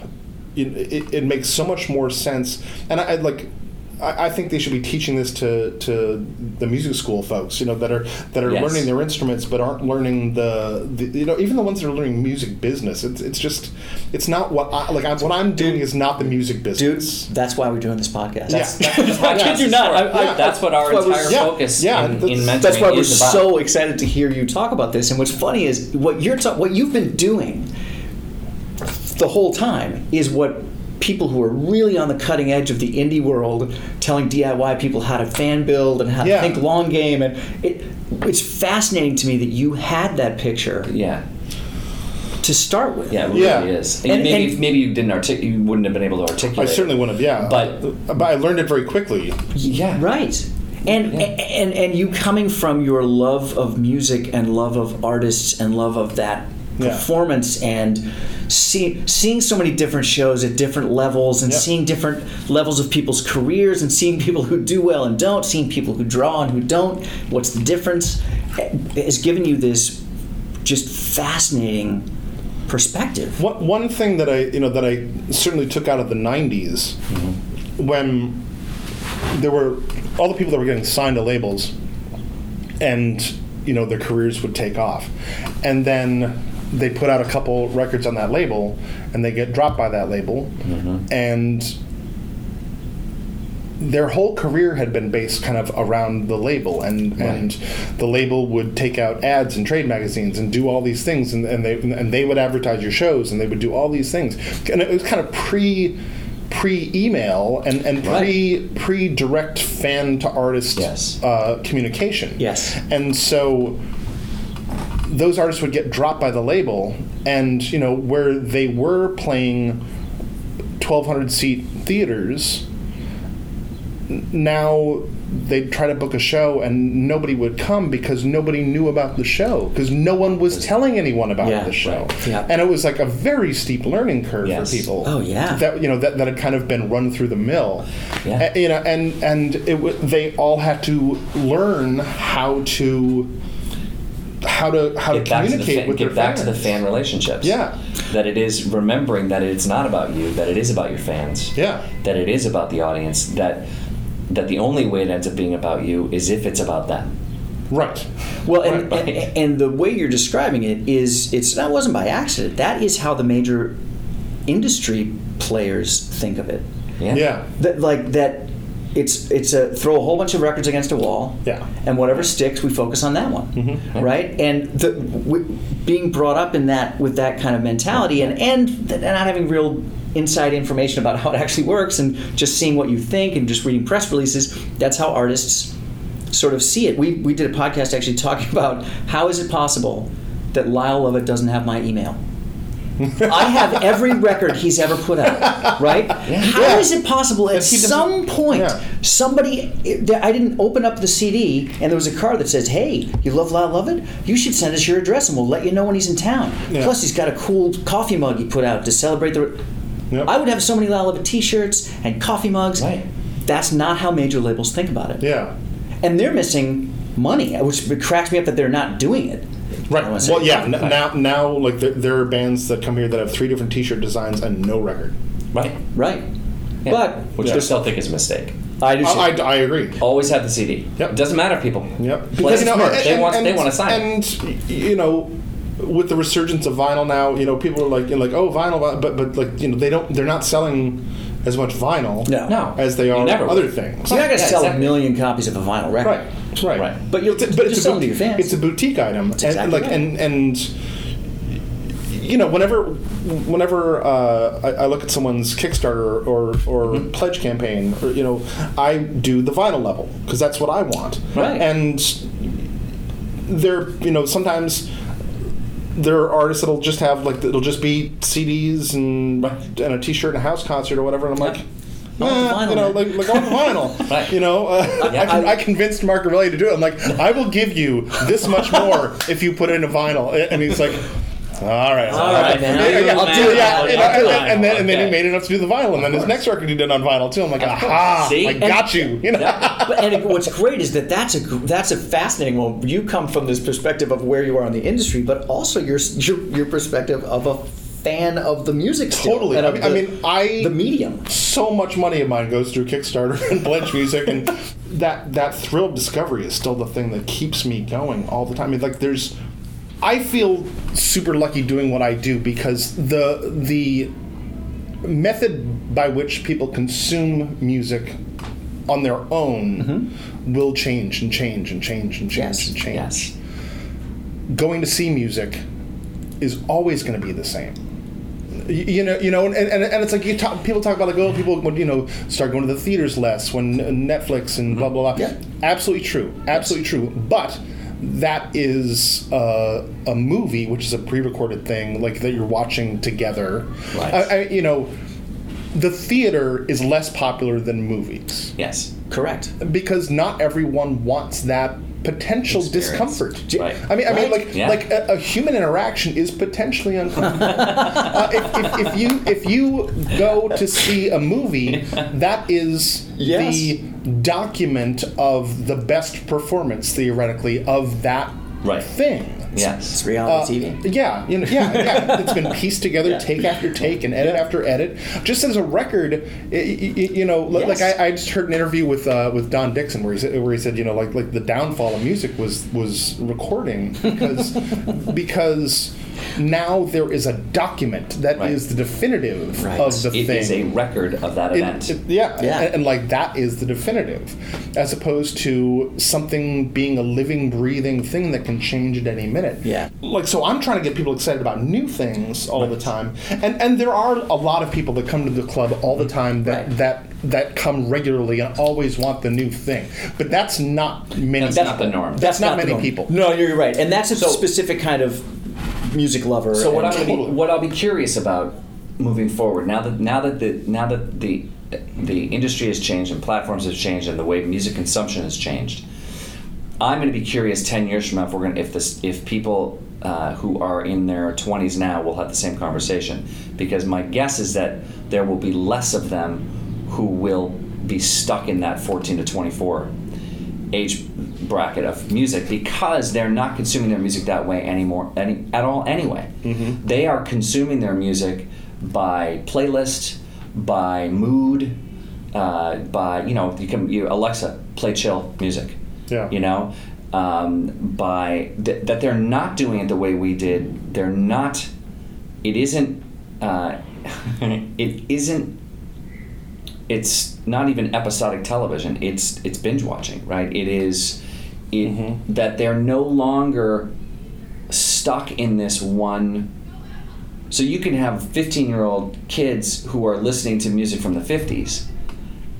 Speaker 4: it, it, it makes so much more sense. And I, I like. I I think they should be teaching this to, to the music school folks, you know, that are that are
Speaker 2: Yes.
Speaker 4: learning their instruments but aren't learning the, the, you know, even the ones that are learning music business. It's, it's just, it's not what I like. I, what I'm doing is not the music
Speaker 6: Dude,
Speaker 4: business.
Speaker 6: that's why we're doing this podcast.
Speaker 4: That's-
Speaker 6: that's,
Speaker 2: I kid you not. I, I,
Speaker 4: Yeah.
Speaker 2: That's what our
Speaker 6: That's why we're-
Speaker 2: entire
Speaker 4: yeah,
Speaker 2: focus
Speaker 4: yeah,
Speaker 2: in, in
Speaker 4: that's-
Speaker 2: mentoring
Speaker 6: that's why we're
Speaker 2: is about.
Speaker 6: so excited to hear you talk about this. And what's funny is what you're ta- what you've been doing the whole time is what people who are really on the cutting edge of the indie world telling DIY people how to fan build and how
Speaker 4: Yeah.
Speaker 6: to think long game and it it's fascinating to me that you had that picture
Speaker 2: yeah.
Speaker 6: to start with.
Speaker 2: Yeah, it
Speaker 4: Yeah.
Speaker 2: really is. And,
Speaker 6: And-
Speaker 2: maybe,
Speaker 6: and-
Speaker 2: maybe you didn't artic- you wouldn't have been able to
Speaker 4: I
Speaker 2: articulate.
Speaker 4: certainly wouldn't have, yeah.
Speaker 2: But-
Speaker 4: but I learned it very quickly.
Speaker 2: Yeah.
Speaker 6: Right. And, and and you coming from your love of music and love of artists and love of that
Speaker 4: Yeah.
Speaker 6: performance and see, seeing so many different shows at different levels and
Speaker 4: Yeah.
Speaker 6: seeing different levels of people's careers and seeing people who do well and don't, seeing people who draw and who don't, what's the difference, eh, has given you this just fascinating perspective.
Speaker 4: One, one thing that I, you know, that I certainly took out of the '90s, when there were all the people that were getting signed to labels, and you know their careers would take off, and then they put out a couple records on that label, and they get dropped by that label, and their whole career had been based kind of around the label and and the label would take out ads and trade magazines and do all these things and, and they and they would advertise your shows and they would do all these things and it was kind of pre pre email and, and pre pre direct fan to artist
Speaker 2: Yes.
Speaker 4: uh, communication
Speaker 6: Yes.
Speaker 4: and so those artists would get dropped by the label and you know where they were playing 1200 seat theaters n- now they'd try to book a show and nobody would come because nobody knew about the show because no one was telling anyone about
Speaker 6: Yeah,
Speaker 4: the show
Speaker 6: right, yeah.
Speaker 4: and it was like a very steep learning curve
Speaker 2: Yes.
Speaker 4: for people
Speaker 6: Oh, yeah.
Speaker 4: that you know that, that had kind of been run through the mill
Speaker 2: Yeah.
Speaker 4: A- you know and and it w- they all had to learn how to how to how
Speaker 2: Get back to the
Speaker 4: to communicate
Speaker 2: fan,
Speaker 4: with
Speaker 2: get
Speaker 4: their
Speaker 2: back
Speaker 4: fans.
Speaker 2: to the fan relationships.
Speaker 4: Yeah.
Speaker 2: That it is remembering that it's not about you, that it is about your fans.
Speaker 4: Yeah.
Speaker 2: That it is about the audience, that that the only way it ends up being about you is if it's about them.
Speaker 4: right
Speaker 6: Well, and,
Speaker 2: Right.
Speaker 6: and, and the way you're describing it is it's that wasn't by accident. That is how the major industry players think of it.
Speaker 2: Yeah.
Speaker 4: yeah
Speaker 6: That like that it's it's a throw a whole bunch of records against a wall.
Speaker 4: Yeah.
Speaker 6: And whatever sticks, we focus on that one.
Speaker 4: Mm-hmm.
Speaker 6: Right. And the w- being brought up in that with that kind of mentality and and th- and not having real inside information about how it actually works and just seeing what you think and just reading press releases. That's how artists sort of see it. We we did a podcast actually talking about how is it possible that Lyle Lovett doesn't have my email. I have every record he's ever put out, right? How is it possible at
Speaker 4: he doesn't-
Speaker 6: some point
Speaker 4: Yeah.
Speaker 6: somebody it- I didn't open up the CD and there was a card that says, "Hey, you love Lyle Lovett? You should send us your address and we'll let you know when he's in town."
Speaker 4: Yeah.
Speaker 6: Plus, he's got a cool coffee mug he put out to celebrate the.
Speaker 4: Yep.
Speaker 6: I would have so many Lyle Lovett T-shirts and coffee mugs.
Speaker 2: Right.
Speaker 6: That's not how major labels think about it
Speaker 4: yeah.
Speaker 6: and they're missing money, which cracks me up that they're not doing it.
Speaker 4: Right.
Speaker 6: I wanna say-
Speaker 4: Well, yeah. N- now, now, like there, there are bands that come here that have three different T-shirt designs and no record.
Speaker 2: Right.
Speaker 6: Right.
Speaker 2: Yeah.
Speaker 6: But
Speaker 2: which
Speaker 4: Yeah.
Speaker 2: I still think is a mistake.
Speaker 6: I do.
Speaker 4: I, I, I agree.
Speaker 2: Always have the CD.
Speaker 4: Yep.
Speaker 2: Doesn't matter, people.
Speaker 4: Yep.
Speaker 2: Play
Speaker 4: you
Speaker 2: it
Speaker 4: know,
Speaker 2: smart.
Speaker 4: and-
Speaker 2: they want.
Speaker 4: and-
Speaker 2: they want to sign. it.
Speaker 4: And you know, with the resurgence of vinyl now, you know, people are like, you know, like, oh, vinyl, vi- but but like, you know, they don't. They're not selling as much vinyl
Speaker 6: No.
Speaker 2: no,
Speaker 4: as they
Speaker 2: You
Speaker 4: are
Speaker 2: never
Speaker 4: other
Speaker 2: would.
Speaker 4: things.
Speaker 6: you're not going to
Speaker 2: Yeah,
Speaker 6: sell
Speaker 2: exactly.
Speaker 6: a million copies of a vinyl record.
Speaker 4: Right. Right.
Speaker 2: Right.
Speaker 6: But you'll
Speaker 4: It's a-
Speaker 6: but
Speaker 4: but it's
Speaker 6: just
Speaker 4: a
Speaker 6: sell them to
Speaker 4: bou-
Speaker 6: your fans.
Speaker 4: It's a boutique item,
Speaker 6: exactly
Speaker 4: and like
Speaker 6: right.
Speaker 4: and and you know whenever whenever uh, I, I look at someone's Kickstarter or or
Speaker 6: Mm-hmm.
Speaker 4: pledge campaign, or, you know, I do the vinyl level because that's what I want,
Speaker 6: Right.
Speaker 4: and there you know sometimes. There are artists that'll just have like it'll just be CDs and and a T-shirt and a house concert or whatever, and I'm like,
Speaker 6: I want the
Speaker 4: "Eh,
Speaker 6: vinyl,
Speaker 4: you know,
Speaker 6: man."
Speaker 4: like like on vinyl. You know, uh, I, con- I convinced Mark Aureli to do it. I'm like, I will give you this much more if you put it in a vinyl. And he's like, all right, all
Speaker 6: right, man.
Speaker 4: Yeah, yeah, I'll do it. Yeah, you know,
Speaker 2: I'll do
Speaker 4: and, and then and then
Speaker 2: Okay.
Speaker 4: he made enough to do the vinyl, and then his next record he did on vinyl too. I'm like, aha,
Speaker 2: See?
Speaker 4: I got you. You know,
Speaker 6: but, and it- what's great is that that's a gr- that's a fascinating one. You come from this perspective of where you are in the industry, but also your s- your, your perspective of a fan of the music. Still,
Speaker 4: Totally.
Speaker 6: and of
Speaker 4: I mean-
Speaker 6: the-
Speaker 4: I mean, I-
Speaker 6: the medium.
Speaker 4: so much money of mine goes through Kickstarter and pledge music, and that that thrill of discovery is still the thing that keeps me going all the time. I mean, like there's, I feel super lucky doing what I do because the the method by which people consume music on their own will change and change and change and change
Speaker 6: Yes,
Speaker 4: and change.
Speaker 2: yes.
Speaker 4: Going to see music is always going to be the same. Y- You know, you know, and, and, and it's like you talk, people talk about like, oh, people would you know start going to the theaters less when Netflix and blah blah blah.
Speaker 6: Yeah.
Speaker 4: Absolutely true, absolutely true. But that is uh, a movie, which is a pre-recorded thing, like that you're watching together.
Speaker 2: Right.
Speaker 4: I, I, you know, the theater is less popular than movies
Speaker 2: yes.
Speaker 6: Correct.
Speaker 4: because not everyone wants that potential
Speaker 2: Experience.
Speaker 4: discomfort.
Speaker 2: Right.
Speaker 4: I mean, I mean,
Speaker 6: Right.
Speaker 4: like,
Speaker 2: Yeah.
Speaker 4: like a, a human interaction is potentially uncomfortable. uh, if, if, if you if you go to see a movie, that is
Speaker 6: Yes.
Speaker 4: the document of the best performance theoretically of that
Speaker 2: Right.
Speaker 4: thing.
Speaker 2: Yes.
Speaker 6: Reality TV.
Speaker 4: Uh, Yeah, you know, yeah, yeah. it's been pieced together, take after take, and edit after edit. Just as a record, i- i- i- you know, li-
Speaker 6: Yes.
Speaker 4: like I, I just heard an interview with uh, with Don Dixon where he said, where he said, you know, like like the downfall of music was was recording because because now there is a document that is
Speaker 2: Right.
Speaker 4: the definitive
Speaker 6: Right.
Speaker 4: of the
Speaker 2: It
Speaker 4: thing.
Speaker 2: is a record of that
Speaker 4: It-
Speaker 2: event.
Speaker 4: it- yeah,
Speaker 6: Yeah.
Speaker 4: And, and, like that is the definitive, as opposed to something being a living, breathing thing that can change at any minute.
Speaker 6: Yeah.
Speaker 4: Like so, I'm trying to get people excited about new things all the time, and and there are a lot of people that come to the club all the time that
Speaker 6: Right.
Speaker 4: that that come regularly and always want the new thing, but that's not many.
Speaker 2: That's not the norm.
Speaker 4: That's, not,
Speaker 6: the
Speaker 4: many
Speaker 6: norm.
Speaker 4: people.
Speaker 6: No, you're right, and that's a specific kind of music lover.
Speaker 2: So what
Speaker 6: and-
Speaker 2: I'm gonna be, what I'll be curious about moving forward now that now that the now that the the industry has changed and platforms have changed and the way music consumption has changed. I'm going to be curious ten years from now if we're going to if this if people uh, who are in their 20s now will have the same conversation because my guess is that there will be less of them who will be stuck in that 14 to 24 age bracket of music because they're not consuming their music that way anymore any, at all anyway they are consuming their music by playlist by mood uh, by you know you can you alexa play chill music
Speaker 4: Yeah.
Speaker 2: you know um, by th- that they're not doing it the way we did they're not it isn't uh, it isn't it's not even episodic television. It's it's binge watching, right? It is it, that they're no longer stuck in this one. So you can have 15 year old kids who are listening to music from the 50s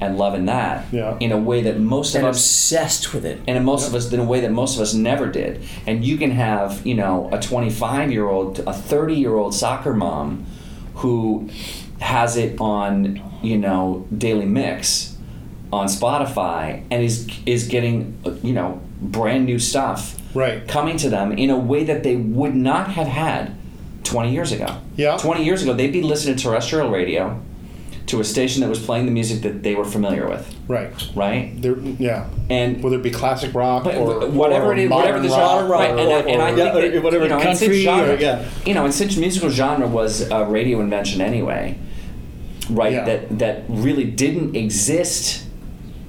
Speaker 2: and loving that
Speaker 4: Yeah.
Speaker 2: in a way that most
Speaker 6: and
Speaker 2: of us
Speaker 6: obsessed with it.
Speaker 2: and in most of us in a way that most of us never did and you can have you know a 25 year old a 30 year old soccer mom who has it on you know daily mix on spotify and is is getting uh, you know brand new stuff
Speaker 4: Right.
Speaker 2: coming to them in a way that they would not have had 20 years ago
Speaker 4: Yeah.
Speaker 2: 20 years ago they'd be listening to terrestrial radio to a station that was playing the music that they were familiar with
Speaker 4: Right.
Speaker 2: right
Speaker 4: There, yeah.
Speaker 2: and
Speaker 4: Whether it be classic rock
Speaker 2: but
Speaker 4: or
Speaker 2: whatever
Speaker 4: or
Speaker 2: it is,
Speaker 4: modern
Speaker 2: whatever the
Speaker 4: rock
Speaker 2: genre, right, and, I- and I
Speaker 6: Yeah,
Speaker 2: think
Speaker 6: or
Speaker 2: that,
Speaker 6: whatever
Speaker 2: you know, and since
Speaker 6: country or-
Speaker 2: genre,
Speaker 6: yeah.
Speaker 2: you know, and since musical genre was a radio invention anyway, right?
Speaker 4: Yeah.
Speaker 2: That that really didn't exist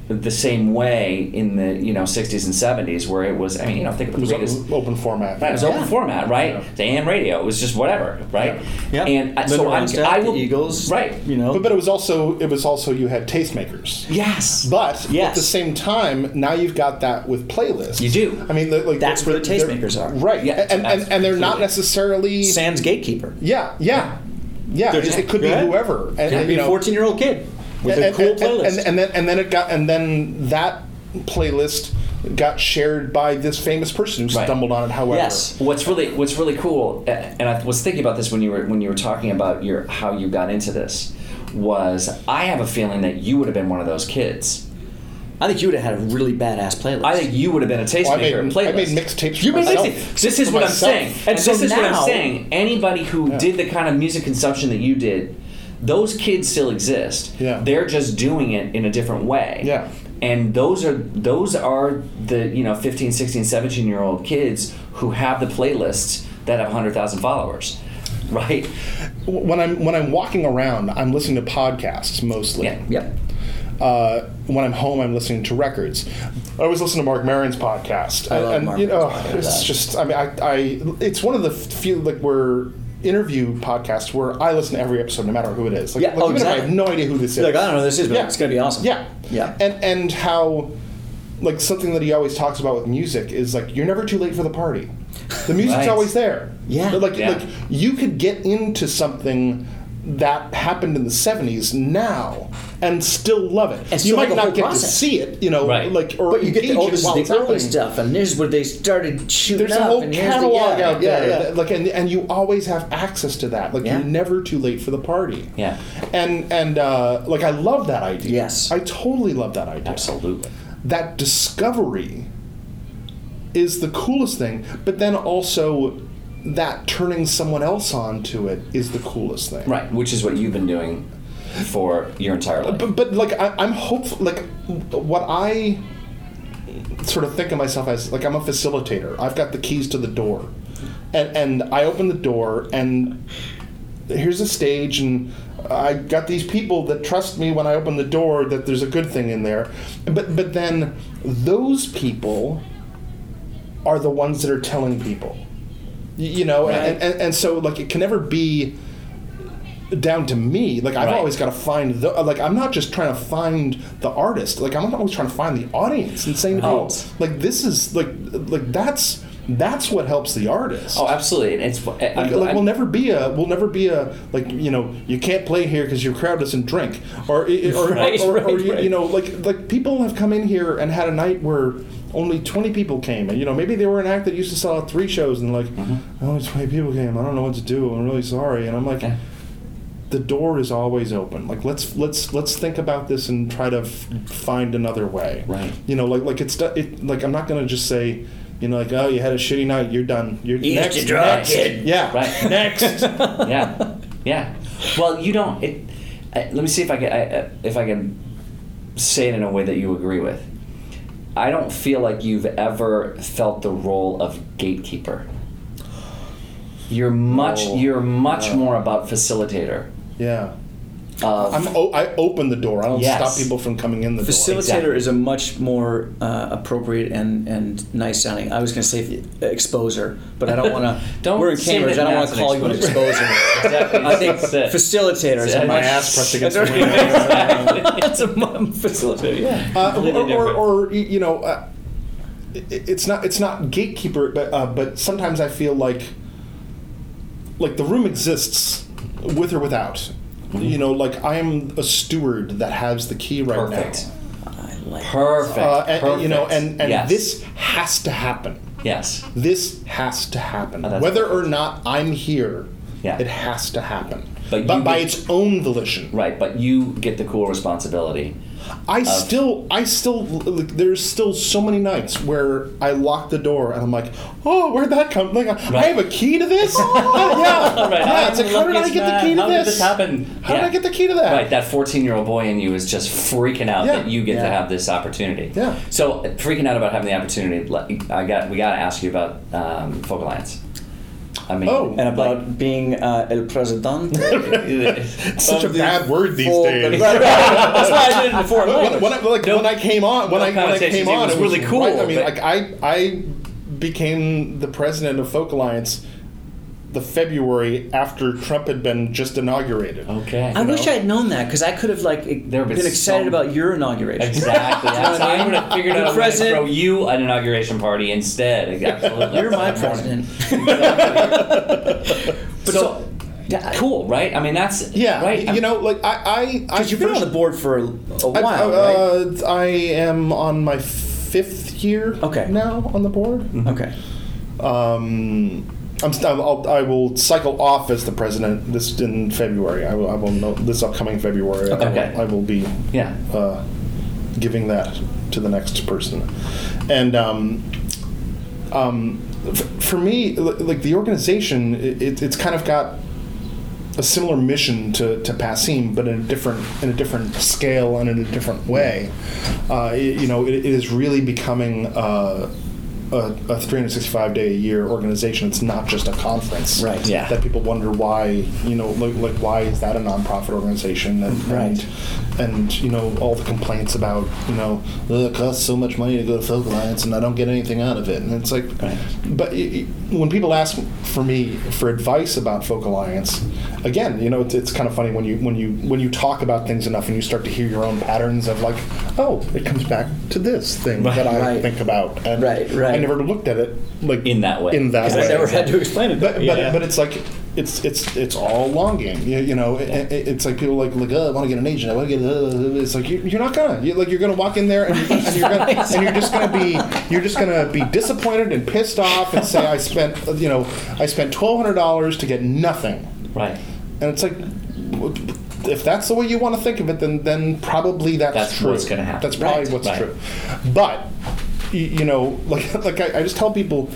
Speaker 2: the same way in the you know 60s and 70s, where it was. I mean, you know, think of
Speaker 4: It
Speaker 2: the
Speaker 4: was
Speaker 2: greatest.
Speaker 4: open, open format.
Speaker 2: Right, it was open format, right?
Speaker 4: Yeah.
Speaker 2: The AM radio, it was just whatever, right?
Speaker 6: Yeah.
Speaker 2: And I, so
Speaker 6: Linda
Speaker 2: I'm,
Speaker 6: Ronstadt,
Speaker 2: I
Speaker 6: the
Speaker 2: will,
Speaker 6: Eagles,
Speaker 2: right?
Speaker 6: You know,
Speaker 4: But, but it was also it was also you had tastemakers.
Speaker 2: Yes,
Speaker 4: But at
Speaker 6: Yes.
Speaker 4: the same time, now you've got that with playlists.
Speaker 2: You do.
Speaker 4: I mean, like- like
Speaker 6: That's where the
Speaker 4: they're-
Speaker 6: tastemakers are.
Speaker 4: Right.
Speaker 2: Yeah,
Speaker 4: and, and and they're not
Speaker 2: absolutely.
Speaker 4: necessarily.
Speaker 6: Sam's gatekeeper.
Speaker 4: yeah. Yeah. Yeah.
Speaker 6: They're
Speaker 4: It-
Speaker 6: just-
Speaker 4: it could be
Speaker 6: Yeah.
Speaker 4: whoever. And,
Speaker 6: Could
Speaker 4: and,
Speaker 6: be
Speaker 4: you
Speaker 6: a
Speaker 4: know,
Speaker 6: fourteen-year-old kid with a cool playlist.
Speaker 4: And, and then and then it got and then that playlist got shared by this famous person who
Speaker 2: Right.
Speaker 4: stumbled on it. However,
Speaker 6: yes,
Speaker 2: What's really what's really cool, a- and I was thinking about this when you were when you were talking about your how you got into this, was I have a feeling that you would have been one of those kids.
Speaker 6: I think you would have had a really badass playlist.
Speaker 2: I think you would have been a
Speaker 4: Well, I
Speaker 2: tastemaker.
Speaker 4: made
Speaker 2: playlist.
Speaker 4: I made mixtapes. for
Speaker 6: You made
Speaker 4: myself,
Speaker 6: mixtapes.
Speaker 2: This is
Speaker 4: for
Speaker 2: what
Speaker 4: myself.
Speaker 2: I'm saying, and,
Speaker 6: And so
Speaker 2: this is what I'm
Speaker 6: now-
Speaker 2: saying. Anybody who did the kind of music consumption that you did, those kids still exist.
Speaker 4: Yeah.
Speaker 2: they're just doing it in a different way.
Speaker 4: Yeah.
Speaker 2: and those are those are the you know 15, 16, 17 year old kids who have the playlists that have hundred thousand followers, right?
Speaker 4: When I'm when I'm walking around, I'm listening to podcasts mostly.
Speaker 2: Yeah, yep.
Speaker 4: uh, when I'm home, I'm listening to records. I always listen to Mark Maron's podcast.
Speaker 6: I love
Speaker 4: and,
Speaker 6: Mark
Speaker 4: you know,
Speaker 6: Maron's podcast.
Speaker 4: it's just I mean, I, I it's one of the few like where interview podcasts where I listen to every episode, no matter who it is. Like,
Speaker 6: Yeah,
Speaker 4: like,
Speaker 6: oh,
Speaker 4: even if I have
Speaker 6: exactly.
Speaker 4: no idea who this
Speaker 6: You're
Speaker 4: is.
Speaker 6: like, I don't know who this is, but it's gonna be awesome.
Speaker 4: Yeah,
Speaker 6: Yeah.
Speaker 4: and and how. Like something that he always talks about with music is like you're never too late for the party. The music's
Speaker 2: Right.
Speaker 4: always there.
Speaker 6: Yeah.
Speaker 4: But, like
Speaker 2: Yeah.
Speaker 4: like you could get into something that happened in the 70s now and still love it.
Speaker 6: And
Speaker 4: you
Speaker 6: still
Speaker 4: might
Speaker 6: have the
Speaker 4: not
Speaker 6: whole
Speaker 4: get to
Speaker 6: process.
Speaker 4: see it, you know,
Speaker 2: Right.
Speaker 4: like or
Speaker 6: But you get the,
Speaker 4: engage
Speaker 6: oh,
Speaker 4: it
Speaker 6: this is
Speaker 4: while
Speaker 6: the
Speaker 4: it's
Speaker 6: early
Speaker 4: happening.
Speaker 6: stuff, and there's where they started shooting
Speaker 4: There's
Speaker 6: up.
Speaker 4: a whole
Speaker 6: and here's the-
Speaker 4: catalog
Speaker 6: yeah,
Speaker 4: out
Speaker 6: yeah,
Speaker 4: there,
Speaker 6: yeah.
Speaker 4: that- like, and, and you always have access to that. Like,
Speaker 6: Yeah.
Speaker 4: you're never too late for the party.
Speaker 2: Yeah.
Speaker 4: and and uh, like I love that idea.
Speaker 6: Yes.
Speaker 4: I totally love that idea
Speaker 2: Absolutely.
Speaker 4: that discovery is the coolest thing, but then also that turning someone else on to it is the coolest thing.
Speaker 2: Right, which is what you've been doing for your entire life.
Speaker 4: But, but like I, I'm hopeful. Like what I sort of think of myself as like I'm a facilitator. I've got the keys to the door, and and I open the door and here's a stage and I got these people that trust me when I open the door that there's a good thing in there. But but then those people are the ones that are telling people. Y- You know, and, and, and so like it can never be down to me. Like I've
Speaker 2: Right.
Speaker 4: always got to find the like I'm not just trying to find the artist. Like I'm not always trying to find the audience and saying, "Oh, like this is like like that's that's what helps the artist."
Speaker 2: oh, absolutely. And it's I-
Speaker 4: Like,
Speaker 2: I'm-
Speaker 4: like
Speaker 2: I'm-
Speaker 4: we'll never be a we'll never be a like you know you can't play here because your crowd doesn't drink or i- or,
Speaker 2: Right,
Speaker 4: or, or,
Speaker 2: right,
Speaker 4: you,
Speaker 2: right.
Speaker 4: you know like like people have come in here and had a night where only 20 people came and you know maybe they were an act that used to sell out three shows and like oh, only 20 people came I don't know what to do I'm really sorry and I'm like
Speaker 2: Mm-hmm. Yeah.
Speaker 4: the door is always open like let's let's let's think about this and try to f- find another way
Speaker 2: Right.
Speaker 4: you know like like it's it, like I'm not gonna just say you know like oh you had a shitty night you're done you're
Speaker 6: used
Speaker 4: next,
Speaker 6: to draw,
Speaker 4: next.
Speaker 6: kid.
Speaker 4: yeah
Speaker 2: Right.
Speaker 4: next
Speaker 2: yeah, yeah. Well, you don't. It, I, let me see if I can I, I- if I can say it in a way that you agree with. I don't feel like you've ever felt the role of gatekeeper. You're much.
Speaker 4: No. Oh,
Speaker 2: You're much more about facilitator.
Speaker 4: Yeah.
Speaker 2: of
Speaker 4: I'm o- I open the door. I don't
Speaker 2: Um, Yes.
Speaker 4: stop people from coming in the
Speaker 6: Facilitator
Speaker 4: door.
Speaker 2: Exactly.
Speaker 6: is a much more uh, appropriate and, and nice sounding. I was going to say exposer, but I don't want to.
Speaker 2: Don't
Speaker 6: We're in
Speaker 2: say
Speaker 6: Cambridge.
Speaker 2: that
Speaker 6: I don't want
Speaker 2: that's
Speaker 6: to
Speaker 2: an
Speaker 6: call you an exposer.
Speaker 2: Exactly.
Speaker 6: I think
Speaker 2: That's it.
Speaker 6: facilitator is a
Speaker 2: That's
Speaker 4: My
Speaker 6: much.
Speaker 4: ass pressed against the window.
Speaker 2: Exactly.
Speaker 6: That's a mu- facilitator. Yeah.
Speaker 4: Uh,
Speaker 2: Completely
Speaker 4: or, or,
Speaker 2: different.
Speaker 4: or y- you know, uh, i- i- it's not it's not gatekeeper, but uh, but sometimes I feel like like the room exists with or without.
Speaker 2: Mm-hmm.
Speaker 4: You know, like I am a steward that has the key right
Speaker 2: perfect.
Speaker 6: I like.
Speaker 2: Perfect.
Speaker 4: now. Uh, and, and, you know,
Speaker 2: Perfect.
Speaker 4: and and
Speaker 2: Yes.
Speaker 4: this has to happen.
Speaker 2: Yes.
Speaker 4: This has to happen,
Speaker 2: Oh, that's
Speaker 4: whether or not I'm here.
Speaker 2: Yeah.
Speaker 4: It has to happen,
Speaker 2: But
Speaker 4: but,
Speaker 2: you
Speaker 4: by
Speaker 2: get-
Speaker 4: its own volition.
Speaker 2: Right, but you get the cool responsibility.
Speaker 4: I still, I still, like, there's still so many nights where I lock the door and I'm like, oh, where'd that come? Like, I have a key to this? oh, yeah, yeah. It's like, how did I get the key to
Speaker 2: How did
Speaker 4: this?
Speaker 2: this happen?
Speaker 4: How
Speaker 2: Yeah.
Speaker 4: did I get the key to that?
Speaker 2: Right, that 14 year old boy in you is just freaking out
Speaker 4: Yeah.
Speaker 2: that you get to
Speaker 6: Yeah.
Speaker 2: have this opportunity.
Speaker 4: Yeah.
Speaker 2: So freaking out about having the opportunity. like, I got we got to ask you about um, Folk Alliance. I mean,
Speaker 4: Oh.
Speaker 6: And about being uh, el presidente.
Speaker 4: It's such a bad word these
Speaker 6: Full-
Speaker 4: days.
Speaker 6: Right, right. That's why I did it in foreign
Speaker 4: When,
Speaker 6: language.
Speaker 4: when I, like, when I came on, when,
Speaker 2: no
Speaker 4: I, when I
Speaker 2: connotations.
Speaker 4: came
Speaker 2: It
Speaker 4: on,
Speaker 2: was really cool,
Speaker 4: right- I mean,
Speaker 2: but-
Speaker 4: like, I, I became the president of Folk Alliance the February after Trump had been just inaugurated.
Speaker 2: Okay.
Speaker 6: I wish I had known that because I could have like
Speaker 2: There
Speaker 6: been
Speaker 2: was
Speaker 6: excited
Speaker 2: some-
Speaker 6: about your inauguration.
Speaker 2: Exactly. That's
Speaker 6: what I
Speaker 2: I
Speaker 6: mean?
Speaker 2: would have figured out a way to
Speaker 6: President-
Speaker 2: throw you an inauguration party instead. Absolutely.
Speaker 6: You're my president.
Speaker 2: But so, yeah, cool, right? I mean, that's
Speaker 4: Yeah,
Speaker 2: right.
Speaker 4: you know, like I, I, I
Speaker 6: Because you've been on
Speaker 4: first-
Speaker 6: the board for a, a
Speaker 4: I-
Speaker 6: while, right?
Speaker 4: uh, I am on my fifth year
Speaker 6: Okay. Mm-hmm.
Speaker 4: now on the board.
Speaker 6: Okay.
Speaker 4: Um, I'm st- I'll, I will cycle off as the president this in February. I will, I will know this upcoming February. I will-
Speaker 2: Okay.
Speaker 4: I, will, be
Speaker 2: Yeah.
Speaker 4: uh, giving that to the next person. And um, um, f- for me, li- like the organization, it, it, it's kind of got a similar mission to, to Passim, but in a different in a different scale and in a different way. Uh, i- you know, it, it is really becoming uh, a, a 365 day a year organization. It's not just a conference,
Speaker 6: Right.
Speaker 2: Yeah.
Speaker 4: That people wonder why. You know, like, like why is that a nonprofit organization? And,
Speaker 6: Right.
Speaker 4: And, and you know all the complaints about you know "Well, it costs so much money to go to Folk Alliance and I don't get anything out of it. And it's like, but it, when people ask for me for advice about Folk Alliance, again, you know, it's, it's kind of funny when you when you when you talk about things enough and you start to hear your own patterns of like, oh, it comes back to this thing that I
Speaker 6: Right.
Speaker 4: think about. And
Speaker 6: Right, right.
Speaker 4: I never looked at it like
Speaker 2: In that way.
Speaker 4: In that
Speaker 6: I
Speaker 4: way
Speaker 6: never had to explain it.
Speaker 4: but,
Speaker 6: yeah.
Speaker 4: but, but it's like it's it's it's all long game. You, you know, it, it- it's like people like like oh, I want to get an agent. I want to get. Uh, it's like you're, you're not gonna. You're, like you're gonna walk in there and you're, and, you're gonna, and you're just gonna be you're just gonna be disappointed and pissed off and say I spent you know I spent twelve hundred dollars to get nothing.
Speaker 2: Right.
Speaker 4: And it's like if that's the way you want to think of it, then then probably that's,
Speaker 2: That's
Speaker 4: true.
Speaker 2: what's gonna happen.
Speaker 4: That's probably
Speaker 2: Right.
Speaker 4: what's
Speaker 2: Right.
Speaker 4: true. But y- you know, like like I, I just tell people.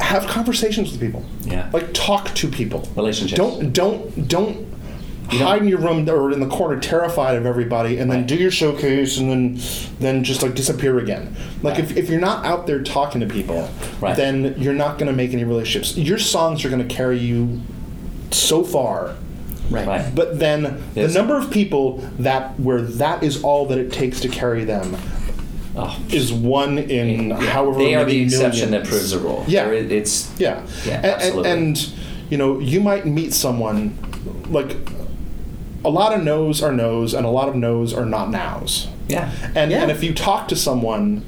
Speaker 4: Have conversations with people.
Speaker 2: Yeah.
Speaker 4: Like talk to people.
Speaker 2: Relationships.
Speaker 4: Don't don't don't hide in your room or in the corner terrified of everybody and then do your showcase and then then just like disappear again. Like if, if you're not out there talking to people,
Speaker 2: Right.
Speaker 4: then you're not gonna make any relationships. Your songs are gonna carry you so far.
Speaker 6: right.
Speaker 2: Right.
Speaker 4: But then
Speaker 2: Yes.
Speaker 4: the number of people that where that is all that it takes to carry them
Speaker 2: Oh.
Speaker 4: is one in however
Speaker 2: They are
Speaker 4: many
Speaker 2: the exception that
Speaker 4: millions.
Speaker 2: proves the rule.
Speaker 4: Yeah.
Speaker 2: There is- it's
Speaker 4: Yeah.
Speaker 2: Yeah,
Speaker 4: A- a-
Speaker 2: absolutely.
Speaker 4: And, you know, you might meet someone like a lot of no's are no's and a lot of no's are not now's.
Speaker 2: yeah.
Speaker 4: And and if you talk to someone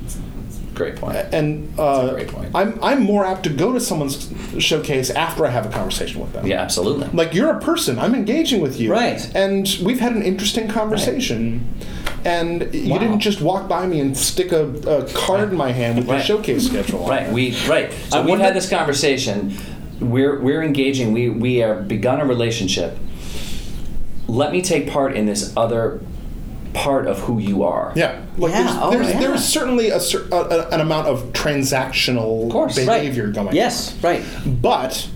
Speaker 2: Great point.
Speaker 4: and
Speaker 2: a
Speaker 4: uh,
Speaker 2: great point.
Speaker 4: I'm I'm more apt to go to someone's showcase after I have a conversation with them.
Speaker 2: Yeah, absolutely.
Speaker 4: Like you're a person. I'm engaging with you.
Speaker 6: Right.
Speaker 4: And we've had an interesting conversation. And you
Speaker 2: Wow.
Speaker 4: didn't just walk by me and stick a, a card in my hand with your
Speaker 2: Right.
Speaker 4: showcase schedule. on
Speaker 2: Right.
Speaker 4: it.
Speaker 2: We right. So
Speaker 6: I
Speaker 2: we've
Speaker 6: wonder-
Speaker 2: had this conversation. We're we're engaging. We we have begun a relationship. Let me take part in this other part of who you are.
Speaker 4: Yeah. Like
Speaker 6: Yeah,
Speaker 4: There's,
Speaker 6: oh,
Speaker 4: there's,
Speaker 6: yeah.
Speaker 4: there's certainly a, cer- a, a- an amount of transactional
Speaker 2: course, right.
Speaker 4: behavior going.
Speaker 6: Yes. Right.
Speaker 4: But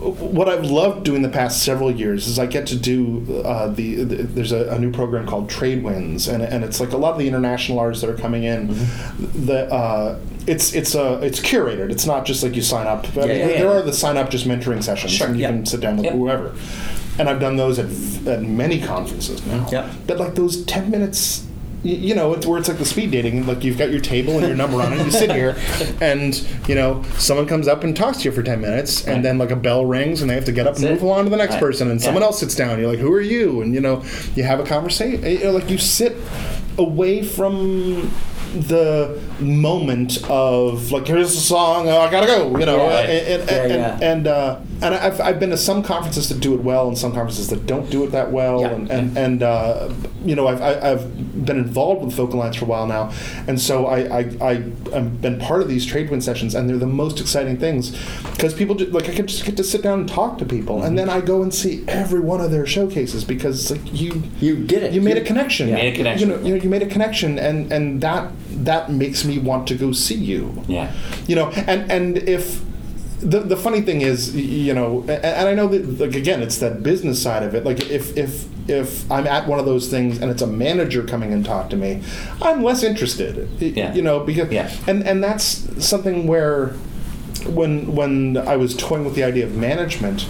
Speaker 4: what I've loved doing the past several years is I get to do uh, the, the there's a, a new program called Trade Winds and, and it's like a lot of the international artists that are coming in
Speaker 6: Mm-hmm.
Speaker 4: the uh, it's it's uh, it's curated it's not just like you sign up I mean,
Speaker 6: yeah,
Speaker 4: there
Speaker 6: yeah.
Speaker 4: are the sign up just mentoring sessions
Speaker 2: Sure,
Speaker 4: and you
Speaker 6: yeah.
Speaker 4: can sit down with
Speaker 2: Yep.
Speaker 4: whoever and I've done those at, at many conferences now.
Speaker 6: Yep.
Speaker 4: That like those ten minutes, y- you know, it's where it's like the speed dating. Like you've got your table and your number on it. You sit here, and you know, someone comes up and talks to you for ten minutes, and then like a bell rings, and they have to get up and
Speaker 2: That's
Speaker 4: move
Speaker 2: it.
Speaker 4: along to the next
Speaker 2: Right.
Speaker 4: person, and
Speaker 2: Yeah.
Speaker 4: someone else sits down. You're like, who are you? And you know, you have a conversation. You know, like you sit away from the moment of like here's the song oh, i gotta go you know
Speaker 2: Yeah.
Speaker 4: and, and,
Speaker 6: Yeah,
Speaker 4: and,
Speaker 6: yeah.
Speaker 4: and uh, and I've, I've been to some conferences that do it well and some conferences that don't do it that well
Speaker 6: Yeah.
Speaker 4: and and, and uh, you know I've, I- I've been involved with Folk Alliance for a while now and so I, I, I have been part of these trade wind sessions and they're the most exciting things because people do, like I can just get to sit down and talk to people and then I go and see every one of their showcases because like you
Speaker 6: You did it.
Speaker 4: you made
Speaker 6: You-
Speaker 4: a connection
Speaker 2: Made a connection.
Speaker 4: you know, you know you made a connection and and that that makes me want to go see you
Speaker 2: Yeah.
Speaker 4: you know and and if the, the funny thing is y- you know a- and i know that like again it's that business side of it like if if if i'm at one of those things and it's a manager coming and talk to me i'm less interested y-
Speaker 2: Yeah.
Speaker 4: you know because
Speaker 2: Yeah.
Speaker 4: and and that's something where when when i was toying with the idea of management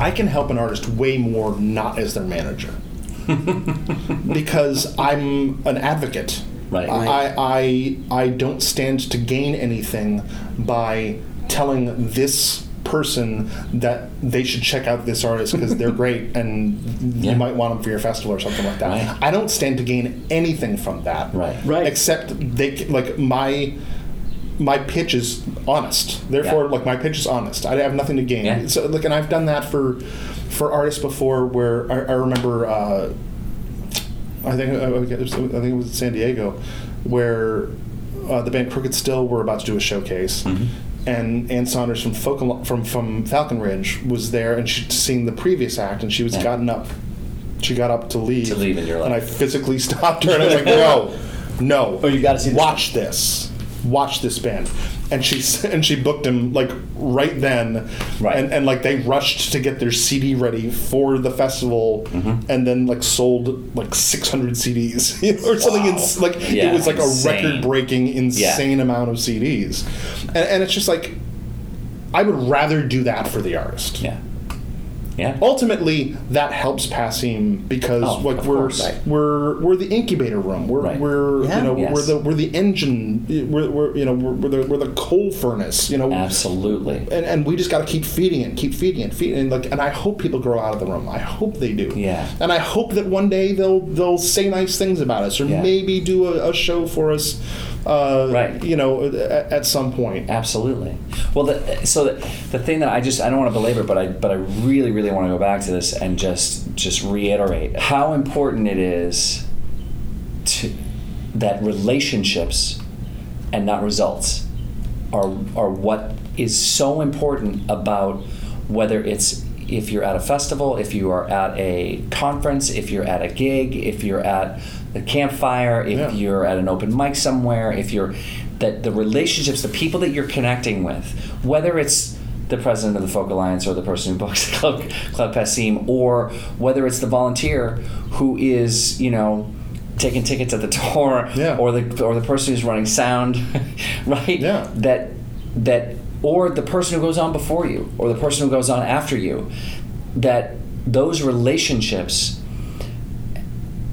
Speaker 4: i can help an artist way more not as their manager because i'm an advocate
Speaker 2: Right.
Speaker 4: I- I, I I don't stand to gain anything by telling this person that they should check out this artist because they're great and
Speaker 2: Yeah.
Speaker 4: you might want them for your festival or something like that.
Speaker 2: Right.
Speaker 4: I don't stand to gain anything from that.
Speaker 2: Right.
Speaker 6: Right.
Speaker 4: Except they c- like my my pitch is honest. Therefore,
Speaker 2: Yeah.
Speaker 4: like my pitch is honest. I have nothing to gain.
Speaker 2: Yeah.
Speaker 4: So like, and I've done that for for artists before where I, I remember. Uh, I think I I think it was in San Diego, where uh, the band Crooked Still were about to do a showcase,
Speaker 2: Mm-hmm.
Speaker 4: and Ann Saunders from Folk, from from Falcon Ridge was there, and she'd seen the previous act, and she was
Speaker 2: Yeah.
Speaker 4: gotten up, she got up to leave,
Speaker 2: To leave, and you're
Speaker 4: and I
Speaker 2: like-
Speaker 4: physically stopped her, and I was like, no, no,
Speaker 6: Oh, you gotta see this.
Speaker 4: watch this, watch this band. And she s- and she booked him like right then,
Speaker 2: Right.
Speaker 4: and and like they rushed to get their CD ready for the festival,
Speaker 2: Mm-hmm.
Speaker 4: and then like sold like 600 CDs you know, or something.
Speaker 2: Wow.
Speaker 4: Ins- like
Speaker 2: Yeah,
Speaker 4: it was like
Speaker 2: insane.
Speaker 4: a record-breaking, insane amount of CDs, and, and it's just like I would rather do that for the artist.
Speaker 2: Yeah. Yeah.
Speaker 4: Ultimately, that helps Passim because
Speaker 2: Oh,
Speaker 4: like
Speaker 2: of
Speaker 4: we're
Speaker 2: course. Right.
Speaker 4: we're we're the incubator room. We're
Speaker 2: Right.
Speaker 4: we're
Speaker 6: Yeah.
Speaker 4: you know
Speaker 2: Yes.
Speaker 4: we're the we're the engine. We're, we're you know we're, we're the we're the coal furnace. You know
Speaker 2: Absolutely.
Speaker 4: and, and we just got to keep feeding it, keep feeding it, feeding it. And like, and I hope people grow out of the room. I hope they do.
Speaker 2: Yeah.
Speaker 4: And I hope that one day they'll they'll say nice things about us, or
Speaker 2: Yeah.
Speaker 4: maybe do a, a show for us. Uh,
Speaker 2: Right.
Speaker 4: You know, at, at some point.
Speaker 2: Absolutely. Well, the, so the, the thing that I just I don't want to belabor, but I but I really really want to go back to this and just just reiterate how important it is to that relationships and not results are are what is so important about whether it's if you're at a festival, if you are at a conference, if you're at a gig, if you're at the campfire, if
Speaker 4: Yeah.
Speaker 2: you're at an open mic somewhere, if you're that the relationships, the people that you're connecting with, whether it's the president of the Folk Alliance or the person who books the Club, Club Passim, or whether it's the volunteer who is, you know, taking tickets at the door
Speaker 4: Yeah.
Speaker 2: or the or the person who's running sound, right?
Speaker 4: Yeah.
Speaker 2: That that or the person who goes on before you or the person who goes on after you, that those relationships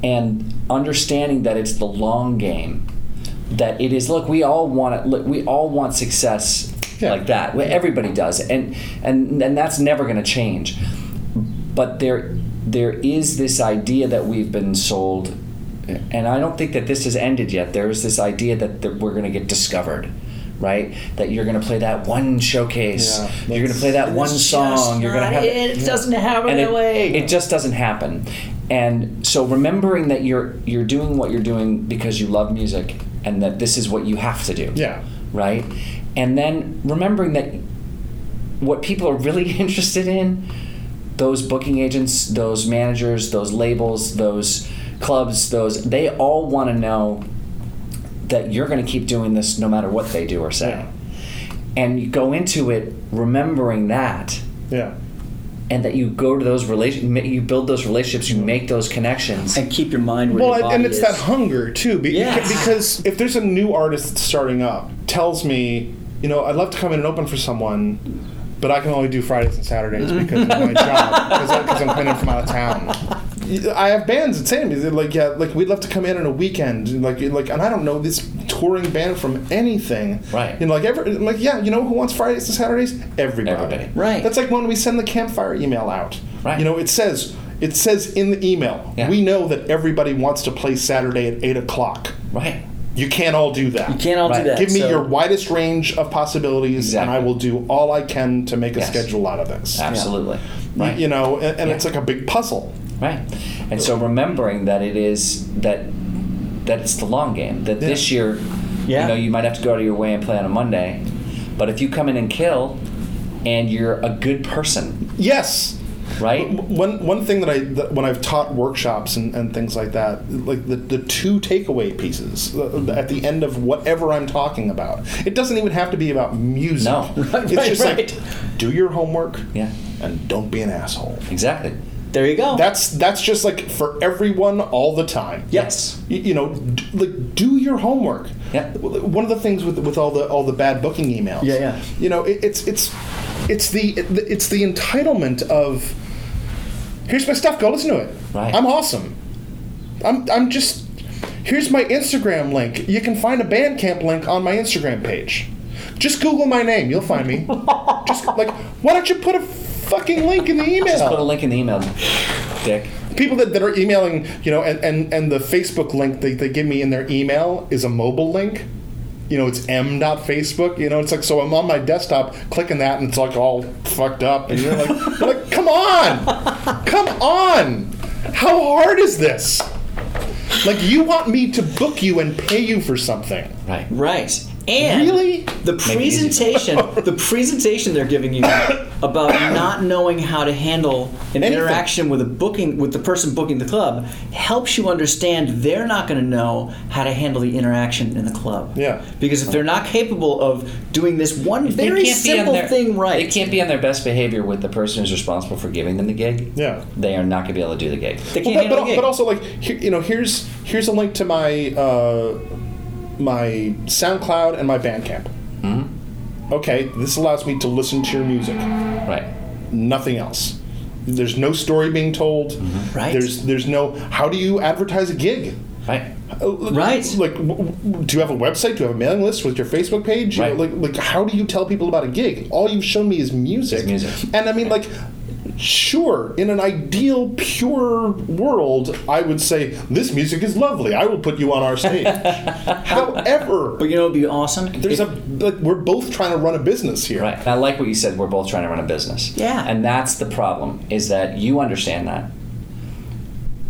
Speaker 2: and understanding that it's the long game. That it is. Look, we all want it. Look, we all want success
Speaker 4: Yeah.
Speaker 2: like that. Well, Everybody does, and and and that's never going to change. But there there is this idea that we've been sold, and I don't think that this has ended yet. There is this idea that, that we're going to get discovered. Right, that you're gonna play that one showcase,
Speaker 4: Yeah,
Speaker 2: you're gonna play that one song, you're gonna have
Speaker 7: it doesn't happen
Speaker 2: and
Speaker 7: that
Speaker 2: it,
Speaker 7: way.
Speaker 2: it just doesn't happen. And so remembering that you're you're doing what you're doing because you love music and that this is what you have to do.
Speaker 4: Yeah.
Speaker 2: Right? And then remembering that what people are really interested in those booking agents, those managers, those labels, those clubs, those they all want to know that you're going to keep doing this no matter what they do or say. And you go into it remembering that
Speaker 4: Yeah.
Speaker 2: and that you go to those relation, ma- you build those relationships, you make those connections.
Speaker 6: and keep your mind where
Speaker 4: Well,
Speaker 6: your body
Speaker 4: and it's
Speaker 6: is.
Speaker 4: that hunger too, be-
Speaker 6: Yes.
Speaker 4: because if there's a new artist starting up, tells me, you know, I'd love to come in and open for someone, but I can only do Fridays and Saturdays because of my job, because I'm playing from out of town. I have bands that say to me, they're like, yeah, like we'd love to come in on a weekend, and like, like, and I don't know this touring band from anything,
Speaker 2: Right.
Speaker 4: And like, every, like, yeah, you know who wants Fridays and Saturdays? Everybody,
Speaker 2: Everybody.
Speaker 6: Right.
Speaker 4: That's like when we send the campfire email out,
Speaker 2: Right.
Speaker 4: You know, it says it says in the email,
Speaker 2: Yeah.
Speaker 4: we know that everybody wants to play Saturday at eight o'clock.
Speaker 2: Right.
Speaker 4: You can't all do that. You
Speaker 6: Can't all
Speaker 2: Right.
Speaker 6: do that.
Speaker 4: Give me
Speaker 6: so-
Speaker 4: your widest range of possibilities,
Speaker 2: Exactly.
Speaker 4: and I will do all I can to make a
Speaker 2: Yes.
Speaker 4: schedule out of this.
Speaker 2: Absolutely.
Speaker 4: Y-
Speaker 2: Right.
Speaker 4: You know, and, and it's like a big puzzle.
Speaker 2: Right. And so remembering that it is that that it's the long game. That this year,
Speaker 6: Yeah.
Speaker 2: you know, you might have to go out of your way and play on a Monday, but if you come in and kill, and you're a good person,
Speaker 4: Yes.
Speaker 2: right?
Speaker 4: One one thing that I that when I've taught workshops and, and things like that, like the, the two takeaway pieces uh, at the end of whatever I'm talking about, it doesn't even have to be about music.
Speaker 2: No.
Speaker 4: it's
Speaker 6: Right,
Speaker 4: just
Speaker 6: right.
Speaker 4: like do your homework,
Speaker 2: Yeah.
Speaker 4: and don't be an asshole.
Speaker 2: Exactly.
Speaker 6: There you go.
Speaker 4: That's that's just like for everyone all the time.
Speaker 2: Yes.
Speaker 4: you, you know, d- like do your homework.
Speaker 2: Yeah.
Speaker 4: One of the things with with all the all the bad booking emails.
Speaker 6: Yeah, yeah.
Speaker 4: You know, it, it's it's it's the it's the entitlement of here's my stuff. Go listen to it.
Speaker 2: Right.
Speaker 4: I'm awesome. I'm I'm just here's my Instagram link. You can find a Bandcamp link on my Instagram page. Just Google my name. You'll find me. just like why don't you put a fucking link in the email?
Speaker 2: Just put a link in the email, Dick.
Speaker 4: people that, that are emailing you know and, and, and the facebook link they, they give me in their email is a mobile link you know it's m.facebook you know it's like so i'm on my desktop clicking that and it's like all fucked up and you're like, you're like come on come on how hard is this like you want me to book you and pay you for something
Speaker 2: Right.
Speaker 6: Right. And
Speaker 4: Really?
Speaker 6: the presentation, the presentation they're giving you about not knowing how to handle an
Speaker 4: Anything.
Speaker 6: interaction with a booking with the person booking the club helps you understand they're not going to know how to handle the interaction in the club.
Speaker 4: Yeah.
Speaker 6: Because if they're not capable of doing this one very
Speaker 2: can't be on
Speaker 6: simple
Speaker 2: their-
Speaker 6: thing
Speaker 2: They
Speaker 6: right,
Speaker 2: can't be on their best behavior with the person who's responsible for giving them the gig.
Speaker 4: Yeah.
Speaker 2: They are not going to be able to do the gig.
Speaker 6: they
Speaker 4: Well,
Speaker 6: can't
Speaker 4: but,
Speaker 6: handle
Speaker 4: but, but
Speaker 6: the gig.
Speaker 4: also like here, you know here's here's a link to my uh, my SoundCloud and my Bandcamp.
Speaker 6: Mm-hmm.
Speaker 4: Okay, this allows me to listen to your music.
Speaker 2: Right.
Speaker 4: Nothing else. There's no story being told.
Speaker 6: Mm-hmm. Right.
Speaker 4: There's there's no how do you advertise a gig?
Speaker 2: Right.
Speaker 4: Uh, l-
Speaker 6: Right.
Speaker 4: Like, w- w- do you have a website? Do you have a mailing list with your Facebook page? You know,
Speaker 2: Right.
Speaker 4: like, like, how do you tell people about a gig? All you've shown me is music.
Speaker 2: Is music.
Speaker 4: And I mean, like, sure, in an ideal, pure world, I would say this music is lovely. I will put you on our stage. However,
Speaker 6: but you know, it'd be awesome.
Speaker 4: there's a like, we're both trying to run a business here.
Speaker 2: Right. I like what you said. We're both trying to run a business.
Speaker 6: Yeah.
Speaker 2: And that's the problem is that you understand that.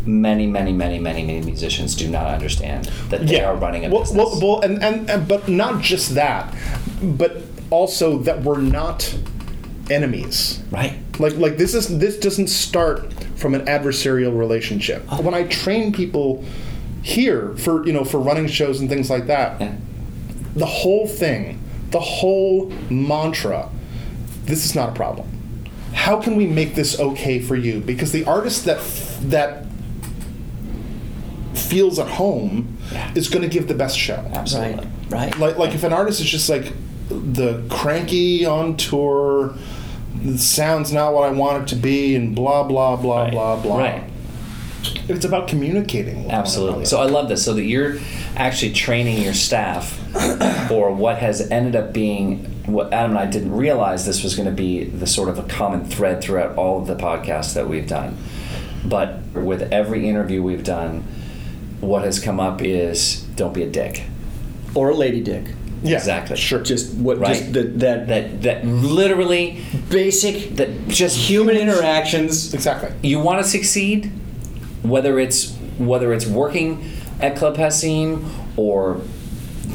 Speaker 2: Many, many, many, many, many musicians do not understand that they are running a
Speaker 4: well,
Speaker 2: business.
Speaker 4: Well, well and, and, and but not just that, but also that we're not enemies.
Speaker 2: right.
Speaker 4: Like like this is this doesn't start from an adversarial relationship.
Speaker 2: Oh.
Speaker 4: When I train people here for you know for running shows and things like that,
Speaker 2: Yeah.
Speaker 4: the whole thing, the whole mantra, this is not a problem. How can we make this okay for you? Because the artist that that feels at home
Speaker 2: Yeah.
Speaker 4: is going to give the best show
Speaker 2: Absolutely.
Speaker 6: right, right.
Speaker 4: like like if an artist is just like the cranky on tour the sounds not what i want it to be and blah blah blah
Speaker 2: Right.
Speaker 4: blah blah
Speaker 2: Right.
Speaker 4: it's about communicating with
Speaker 2: Absolutely.
Speaker 4: one
Speaker 2: So
Speaker 4: another.
Speaker 2: I love this. So that you're actually training your staff for what has ended up being what Adam and I didn't realize this was going to be the sort of a common thread throughout all of the podcasts that we've done. But with every interview we've done, what has come up is don't be a dick.
Speaker 6: Or a lady dick.
Speaker 4: yeah
Speaker 2: exactly.
Speaker 4: sure
Speaker 6: Just what? Just
Speaker 2: Right.
Speaker 6: the, that
Speaker 2: That that literally
Speaker 6: basic
Speaker 2: that just
Speaker 6: human interactions.
Speaker 4: exactly
Speaker 2: you want to succeed, whether it's whether it's working at Club Hassim or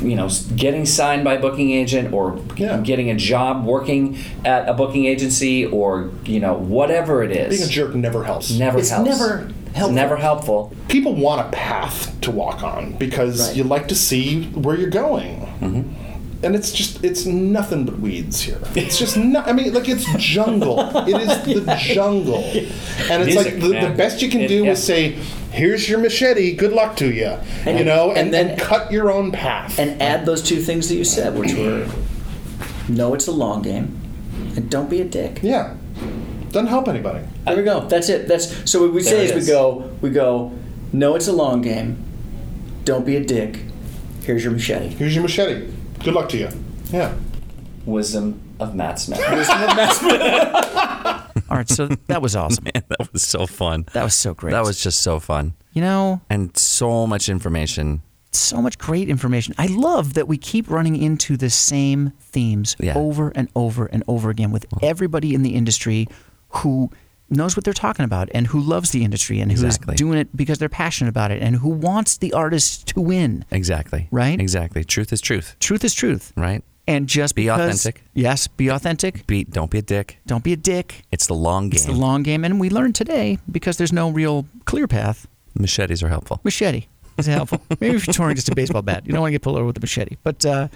Speaker 2: you know getting signed by a booking agent or
Speaker 4: Yeah.
Speaker 2: getting a job working at a booking agency or you know whatever it is.
Speaker 4: being a jerk never helps
Speaker 2: never
Speaker 6: It's
Speaker 2: helps.
Speaker 6: never
Speaker 2: It's never helpful.
Speaker 4: people want a path to walk on because
Speaker 6: Right.
Speaker 4: you like to see where you're going and it's just it's nothing but weeds here it's just not i mean like it's jungle it is the jungle and it's
Speaker 2: Music,
Speaker 4: like the, the
Speaker 2: man.
Speaker 4: best you can
Speaker 2: It-
Speaker 4: do
Speaker 2: yeah.
Speaker 4: is say here's your machete good luck to you you know and,
Speaker 6: and then-
Speaker 4: then cut your own path
Speaker 6: and add those two things that you said, which were no, it's a long game, and don't be a dick.
Speaker 4: Yeah. Doesn't help anybody.
Speaker 6: There we go. That's it. That's so what we
Speaker 8: There
Speaker 6: say
Speaker 8: it is.
Speaker 6: is, we go we go. No, it's a long game. Don't be a dick. Here's your machete.
Speaker 4: Here's your machete. Good luck to you. Yeah.
Speaker 8: Wisdom of Matt Smith.
Speaker 3: All right, so that was awesome.
Speaker 2: that was so fun.
Speaker 3: That was so great.
Speaker 2: That was just so fun.
Speaker 3: you know,
Speaker 2: And so much information.
Speaker 3: so much great information. I love that we keep running into the same themes
Speaker 2: Yeah.
Speaker 3: over and over and over again with everybody in the industry who knows what they're talking about and who loves the industry and who is
Speaker 2: Exactly.
Speaker 3: doing it because they're passionate about it and who wants the artist to win.
Speaker 2: Exactly.
Speaker 3: Right?
Speaker 2: Exactly. Truth is truth,
Speaker 3: Truth is truth.
Speaker 2: right?
Speaker 3: And just
Speaker 2: Be
Speaker 3: because-
Speaker 2: authentic.
Speaker 3: Yes, be authentic.
Speaker 2: Be don't be a dick.
Speaker 3: Don't be a dick.
Speaker 2: It's the long game.
Speaker 3: It's the long game, and we learned today because there's no real clear path.
Speaker 2: Machetes are helpful.
Speaker 3: Machete is helpful. Maybe if you're touring just a baseball bat, you don't want to get pulled over with a machete. But uh,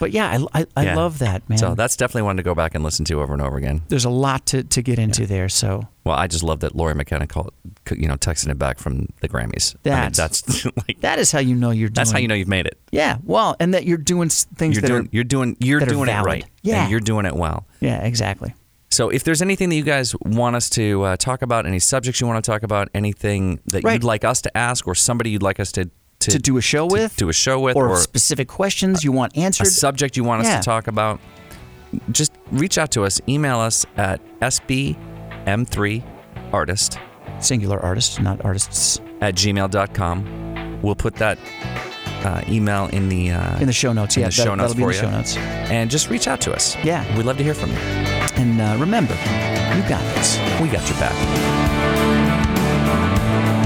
Speaker 3: but yeah, I, I, I
Speaker 2: Yeah.
Speaker 3: love that man.
Speaker 2: So that's definitely one to go back and listen to over and over again.
Speaker 3: there's a lot to, to get into there. So
Speaker 2: Well, I just love that Lori McKenna called, you know, texting it back from the Grammys. I mean,
Speaker 3: That's-
Speaker 2: that's like
Speaker 3: that is how you know you're. Doing,
Speaker 2: that's how you know you've made it.
Speaker 3: Yeah. Well, and that you're doing s- things
Speaker 2: You're
Speaker 3: that
Speaker 2: doing
Speaker 3: are.
Speaker 2: you're doing you're
Speaker 3: that are
Speaker 2: doing it
Speaker 3: valid.
Speaker 2: right.
Speaker 3: Yeah.
Speaker 2: And you're doing it well.
Speaker 3: yeah. Exactly.
Speaker 2: So, if there's anything that you guys want us to uh, talk about, any subjects you want to talk about, anything that
Speaker 3: Right.
Speaker 2: you'd like us to ask, or somebody you'd like us to to,
Speaker 3: To do a show
Speaker 2: to
Speaker 3: with,
Speaker 2: do a show with,
Speaker 3: or,
Speaker 2: or,
Speaker 3: specific questions you want
Speaker 2: a
Speaker 3: answered.
Speaker 2: subject you want us
Speaker 3: Yeah.
Speaker 2: to talk about, just reach out to us. Email us at sbm3artist
Speaker 3: Singular artist, not artists.
Speaker 2: at gmail.com. We'll put that uh, email in the uh,
Speaker 3: In the show notes.
Speaker 2: in
Speaker 3: yeah.
Speaker 2: the show
Speaker 3: that,
Speaker 2: notes
Speaker 3: that'll be in
Speaker 2: for
Speaker 3: the show
Speaker 2: you.
Speaker 3: notes.
Speaker 2: and just reach out to us.
Speaker 3: Yeah.
Speaker 2: we'd love to hear from you.
Speaker 3: And uh, remember, you got this.
Speaker 2: We got your back.